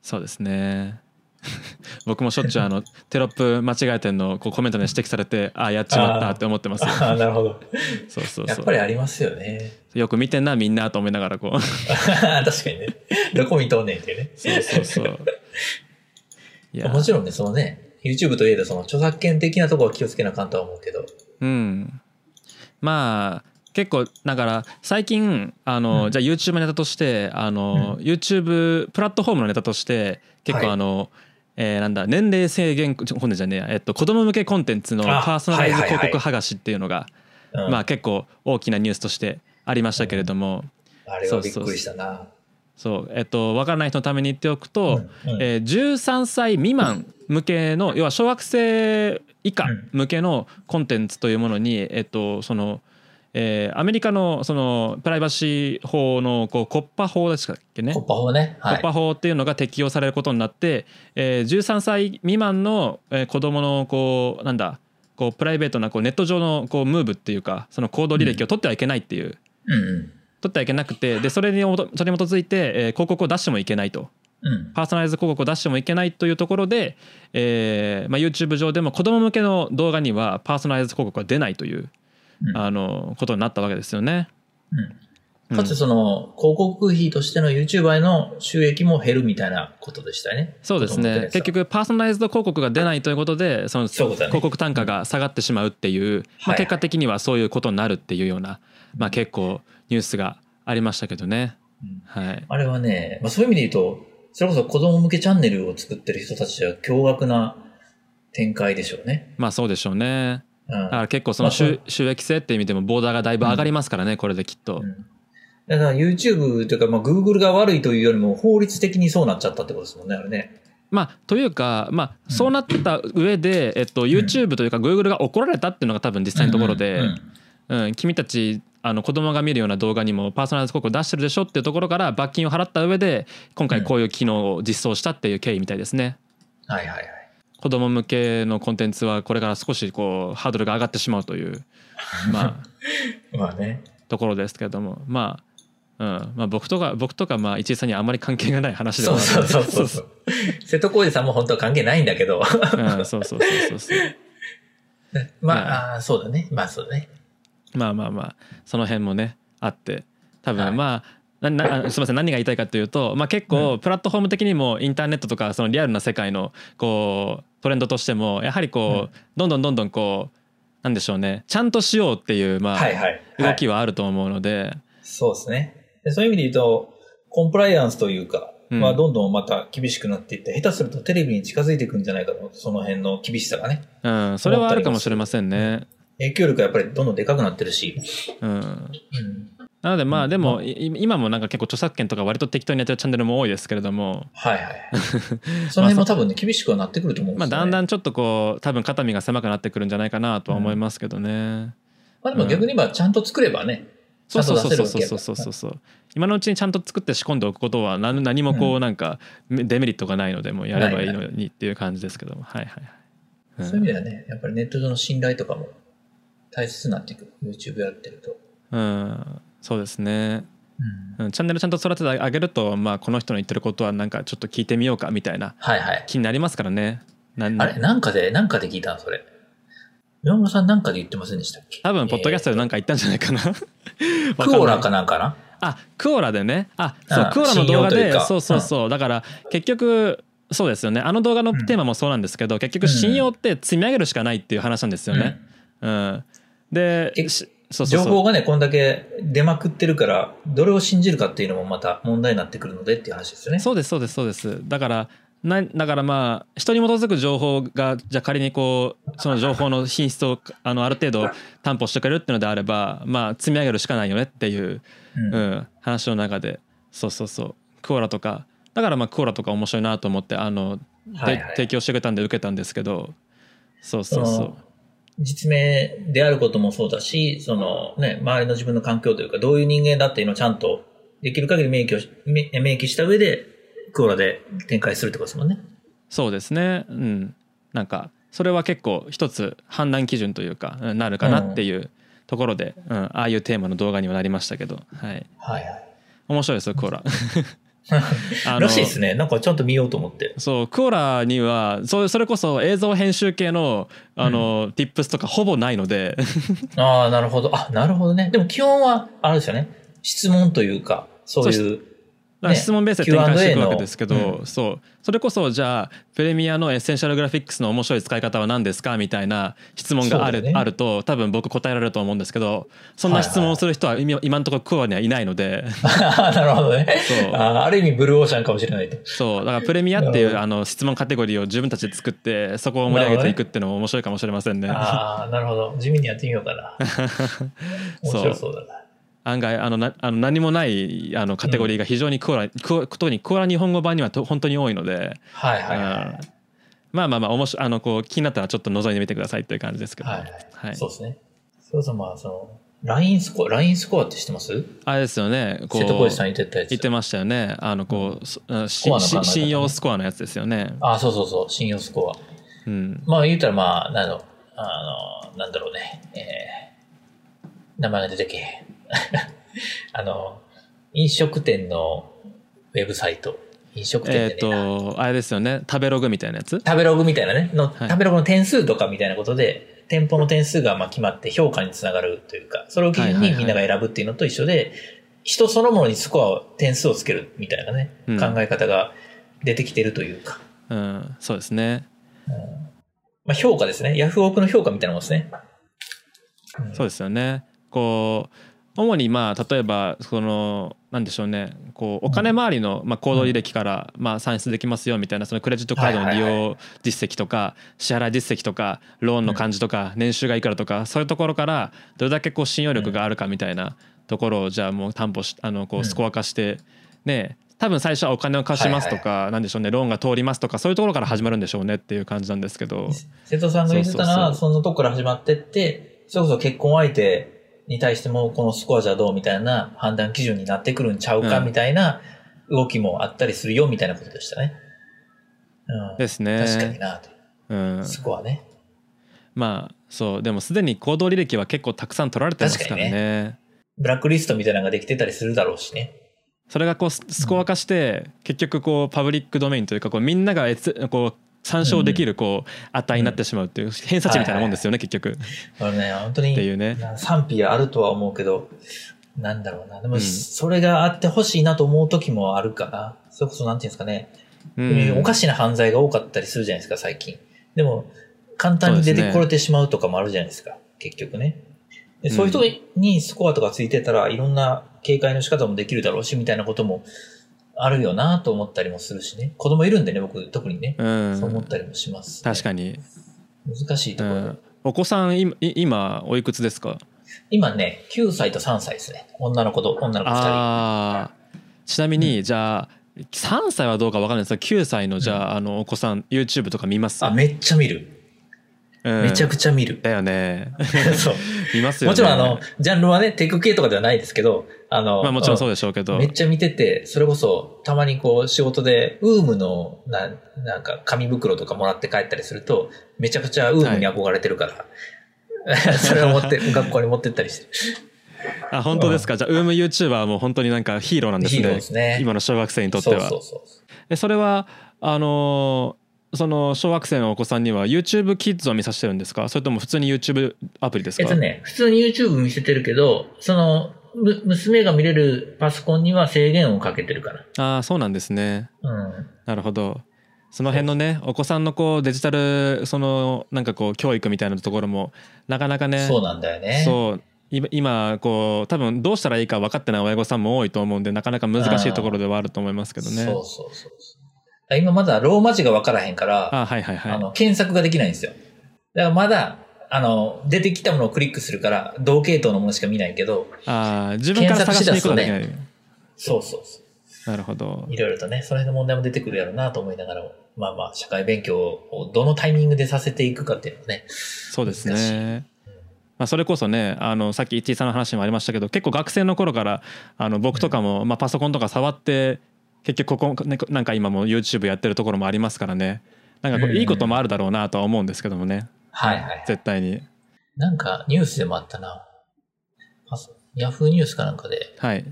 そうですね <laughs> 僕もしょっちゅうあの <laughs> テロップ間違えてんのをこうコメントで指摘されてああやっちまったって思ってますよああ、なるほど。そうそうやっそぱりうありますよね。 <laughs> よく見てんなみんなと思いながらこう確かにね。どこ見とんねんっていうね。 <laughs> そうそうそういやもちろんね、そのね、YouTube といえどその著作権的なところは気をつけなあかんとは思うけど。うん、まあ結構だから最近あの、うんじゃあ YouTube のネタとしてあの、YouTube プラットフォームのネタとして結構はいあの、えーなんだ年齢制限ちょ本年じゃねえや、えっと、子供向けコンテンツのあパーソナライズはいはいはい広告剥がしっていうのが、うん、まあ、結構大きなニュースとしてありましたけれども、あれはびっくりしたな。そうえっと分からない人のために言っておくと、うんうんえー13歳未満向けの要は小学生以下うん向けのコンテンツというものに、えっとそのえーアメリカのそのプライバシー法のこうコッパ法でしたっけねコッパ法ね。は突い。破法っていうのが適用されることになって、えー13歳未満の、えー子供のこうなんだこうプライベートなこうネット上のこうムーブっていうかその行動履歴を取ってはいけないっていう、うんうん。取ってはいけなくてでそれにおとそれに基づいて、えー広告を出してもいけないとうん。パーソナライズ広告を出してもいけないというところで、えーまあ、YouTube 上でも子供向けの動画にはパーソナライズ広告は出ないという、うんあのことになったわけですよね。うんかつその、広告費としての YouTuber への収益も減るみたいなことでしたよね。そうですね結局パーソナライズド広告が出ないということでそのそういうことだね広告単価が下がってしまうっていう、まはあ、い結果的にはそういうことになるっていうような、まあ、結構ニュースがありましたけどねうん。はいあれはね、まあ、そういう意味で言うと、それこそ子供向けチャンネルを作ってる人たちは驚愕な展開でしょうね。まあそうでしょうねうだん。から結構そのまあ収そ収益性っていう意味でもボーダーがだいぶ上がりますからねこれできっとうんだから YouTube というか、まあ、Google が悪いというよりも法律的にそうなっちゃったってことですもんね、あれね。まあというかまあそうなった上でえっと YouTube というか Google が怒られたっていうのが多分実際のところでうんうんうん、君たちあの子供が見るような動画にもパーソナルズ広告を出してるでしょっていうところから罰金を払った上で今回こういう機能を実装したっていう経緯みたいですね。はいはいはい。子供向けのコンテンツはこれから少しこうハードルが上がってしまうという、ま <laughs> まあね。あ、ところですけれどもまあ、うんまあ、僕とか僕とかまあ一井さんにはあまり関係がない話でそはうあそうそうそう。そう <laughs> 瀬戸康史さんも本当は関係ないんだけど。 <laughs> そううんそうそうそうそうそうまうんあ、あーそうだね。まあそうだね。まあまあまあその辺もねあって多はい分まあ、ななあすみません何が言いたいかというと、まあ、結構プラットフォーム的にもインターネットとかそのリアルな世界のこうトレンドとしてもやはりこう、どんどんどんどんこうなんでしょうねちゃんとしようっていうまあはいはい。動はいきはあると思うので、そうですねで。そういう意味で言うと、コンプライアンスというか、うんまあどんどんまた厳しくなっていって、下手するとテレビに近づいていくんじゃないかと、その辺の厳しさがね。うん、それはあるかもしれませんね。影響力がやっぱりどんどんでかくなってるし。うん、うん。なのでまうあんでまもい今もなんか結構著作権とか割と適当にやってるチャンネルも多いですけれども、はいはい。 <laughs> その辺も多分ね、厳しくはなってくると思うんでますあ、よ、だんね。だん。んちょっとこう多分肩身が狭くなってくるんじゃないかなとは思いますけどね。まあでも逆に言えば、ちゃんと作ればね。そちゃうんそとう出そうそせるうわけやかそうらそうそうそう今のうちにちゃんと作って仕込んでおくことは何何もこううなんかデメリットがないのでもうやればないいないのにっていう感じですけどもはいはいはい、そういう意味ではね、やっぱりネット上の信頼とかも大切になってくる。YouTube やってると。うん、うんそうですね、うん。うん、チャンネルちゃんと育ててあげると、まあ、この人の言ってることはなんかちょっと聞いてみようかみたいなはいはい。気になりますからねなんあれなんかで、なんかで聞いたのそれ。宮本さんなんかで言ってませんでしたっけ多分ポッドキャストでなんか言ったんじゃないかなえわーんクないオラかなんかなあクオラでねあうそんうクオラの動画信用というでかそうそうそうだから結局そうですよねあの動画のテーマもそうなんですけど結局信用って積み上げるしかないっていう話なんですよね。うんでえしそううんそう情そ報うがね、こんだけ出まくってるから、どれを信じるかっていうのもまた問題になってくるのでっていう話ですよね。そうですそうですそうですだからなだからまあ人に基づく情報がじゃあ仮にこうその情報の品質をあのある程度担保してくれるっていうのであればまあ積み上げるしかないよねっていううんうん、話の中でそうそうそうクオラとかだからまあクオラとか面白いなと思ってあの、ではいはい提供してくれたんで受けたんですけどそうそうそその実名であることもそうだし、そのね、周りの自分の環境というか、どういう人間だっていうのをちゃんとできる限り明記をし明明記した上で、クオラで展開するってことですもんね。うそうですねうんなんかそれは結構一つ判断基準というかうんなるかなっていうところで、うんああいうテーマの動画にはなりましたけど、はい、はいはい。面面白いですよクオ <laughs> ラあのらしいですね。なんかちゃんと見ようと思って。そうクオラにはそうそれこそ映像編集系のあの、tips とかほぼないのでああ、なるほど。あ、なるほどね。でも基本は、あれですよね。質問というか、そういだう。からね質問ベースで展開していくわけですけど、 Q&A のそうそれこそじゃあプレミアのエッセンシャルグラフィックスの面白い使い方は何ですかみたいな質問があそうる,、だよねあると多分僕答えられると思うんですけどそんな質問をする人は今今のところクオアにはいないの <laughs> でなるほどね。そうあーある意味、ブルーオーシャンかもしれないと。そうだからプレミアってないるほうあの質問カテゴリーを自分たちで作ってそこを盛り上げていくっていうのも面白いかもしれませんね。 <laughs> ああ、なるほど。地味にやってみようかな。面白そうだな。案外あのなあの何もないあのカテゴリーが非常にコーラ、クオ特にコーラ日本語版にはと本当に多いので、はいはいはういんまあまあまあ面白いあのこう気になったらちょっと覗いてみてくださいという感じですけど、はいははい。いそうですね。それこそまあ、その、ラインスコア、ラインスコアって知ってますあれですよねこ瀬戸康史さんう言ってたやつ。言ってましたよねあのこうそうんしコアの考え方しね信用スコアのやつですよね、あ、そうそうそう、信用スコア。うん、まあ言うたらまあ、なんだろう、あの、なんだろうね、えー、名前が出てけえへん <laughs> あの、飲食店のウェブサイト、飲食店えでっ、ねえな、とあれですよね食べログみたいなやつ食べログみたいなね、の、はい食べログの点数とかみたいなことで、店舗の点数がまあ決まって評価につながるというか、それを基準はいはいにはいみんなが選ぶっていうのと一緒で、人そのものにスコアを、点数をつけるみたいなね、うん考え方が出てきてるというか、うんそうですねまあ評価ですね。ヤフオクの評価みたいなもんですね。うんそうですよね。こう主にまあ例えばそのなんでしょうねこうお金回りのまあ行動履歴からまあ算出できますよみたいなそのクレジットカードの利はいはい用実績とか支払い実績とかローンの感じとか年収がいくらとかそういうところからどれだけこう信用力があるかみたいなところをじゃあもう担保しあのこうんうスコア化してね多分最初はお金を貸しますとかなんでしょうねローンが通りますとかそういうところから始まるんでしょうねっていう感じなんですけど瀬戸さんが言ってたそうそうそら、うそのとこから始まってって、それこそ結婚相手に対しても、このスコアじゃどうみたいな判断基準になってくるんちゃうかうんみたいな動きもあったりするよみたいなことでしたね。うん。ですね。確かになと、うん、スコアね。まあそうでもすでに行動履歴は結構たくさん取られてますから確かねにブラックリストみたいなのができてたりするだろうしね。それがこうススコア化して、結局こうパブリックドメインというかこうみんなが閲こう参照できるこう値になってしまうっていう偏差値みたいなもんですよね、結局あのね、本当っていにうねな賛否あるとは思うけど、なんだろうな。でも、うんそれがあってほしいなと思う時もあるかな。それこそなんていうんですかね。ううんんおかしな犯罪が多かったりするじゃないですか、最近。でも、簡単に出てこれてしまうとかもあるじゃないですか、結局ね。でそういう人にスコアとかついてたら、いろんな警戒の仕方もできるだろうし、みたいなこともあるよなと思ったりもするしね。子供いるんでね、僕、特にね。うんそう思ったりもします、確かに。に、難しいうところ。ん、お子さん今い今おいくつですか今ね、9歳と3歳ですね。女の子と女の子2人。あーちなみに、じゃあ3歳はどうかわかんないですが9歳のじゃあ,、あのお子さん YouTube とか見ますあ、めっちゃ見る。うんめちゃくちゃ <laughs> 見る。だよねそう。見ますよねもちろん、あの、ジャンルはね、テク系とかではないですけど、あの、まあもちろんうそうでしょうけどめっちゃ見てて、それこそ、たまにこう、仕事で、ウームの、ななんか、紙袋とかもらって帰ったりすると、めちゃくちゃウームに憧れてるから、 <laughs> それを <laughs> 持って、学校に持ってったりしてる。あ本当ですか、じゃあウーム YouTuber はもう本当になんかヒーローなんですねヒーローですね今の小学生にとってそうはそうそう。えそれはあのーその小学生のお子さんには YouTube キッズを見させてるんですかそれとも普通に YouTube アプリですえかっとね、普通に YouTube 見せてるけど、その、む娘が見れるパソコンには制限をかけてるから。ああそうなんですねうん。なるほどその辺のねお子さんのこうデジタルそのなんかこう教育みたいなところもなかなかねそうなんだよね。そう今今こう多分どうしたらいいか分かってない親御さんも多いと思うんでなかなか難しいところではあると思いますけどねそうそうそうそう。今まだローマ字がわからへんから、あはいはいはいあの、検索ができないんですよ。だからまだ、あの、出てきたものをクリックするから、同系統のものしか見ないけど、ああ自分から探しに行くことはできない、そうそうそなるほどう。いろいろとね、その辺の問題も出てくるやろうなと思いながらも、まあまあ、社会勉強をどのタイミングでさせていくかっていうのはね。そうです難しいねまあ、それこそねあのさっき一井さんの話にもありましたけど結構学生の頃からあの僕とかも、まあ、パソコンとか触って結局ここ、ね、なんか今も YouTube やってるところもありますからねなんかこううんいいこともあるだろうなとは思うんですけどもねはいはい。絶対になんか、ニュースでもあったな。パソヤフーニュースかなんかで、はい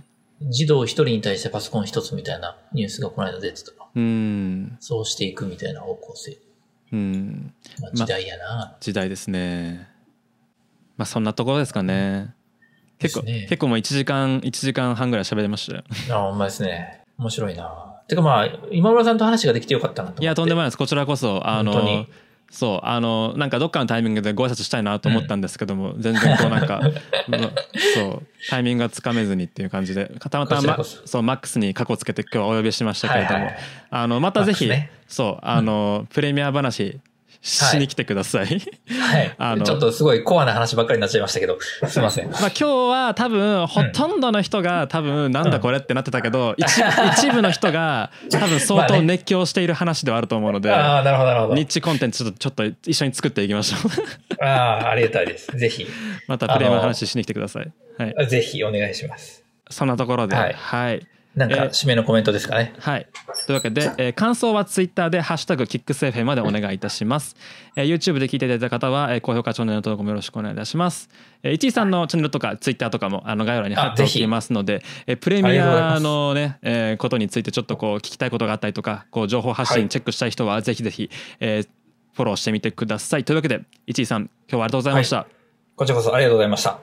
児童一人に対してパソコン一つみたいなニュースがこの間出てたな。うんそうしていくみたいな方向性。うんまあ、時代やな。時代ですねまあそんなところですかね結構、ですね結構もう1時間1時間半ぐらい喋りましたよあ、ほんまですね。面白いな。てかまあ、今村さんと話ができてよかったなと思って。いやとんでもないですこちらこそあ本当にのそうあのなんかどっかのタイミングでご挨拶したいなと思ったんですけども、全然こうなんか、 <laughs> うんそうタイミングがつかめずにっていう感じでたまたこまちらこそそうマックスに過去つけて今日はお呼びしましたけれども、はいはいはいあのまたぜひ、マックスねそうあの、プレミア話しに来てください、はい。あのちょっとすごいコアな話ばっかりになっちゃいましたけど、 <laughs> すいませ <laughs> ん。まあ、今日は多分ほとんどの人が多分なんだこれってなってたけど、一一部の人が多分相当熱狂している話ではあると思うので、 <laughs> ああ、なるほど、なるほニッチコンテンツちょっとちょっと一緒に作っていきましょう <laughs> ど。ああ、ありがたいです。ぜひ、またプレイの話しに来てください、はい、ぜひお願いします。そんなところではいはいなんえか、ー締めのコメントですかね。はい。というわけで、えー感想はツイッターでハッシュタグキックス FM までお願いいたします。えー YouTube で聞いていただいた方は、えー高評価チャンネル登録もよろしくお願いいたします。えー、一井さんのチャンネルとかツイッターとかもあの概要欄に貼っておきますので、えープレミアのね、えーことについてちょっとこう聞きたいことがあったりとか、こう情報発は信いチェックしたい人はぜひぜひ、えーフォローしてみてください。というわけで、一井さん、今日はありがとうございました。こちらこそありがとうございました。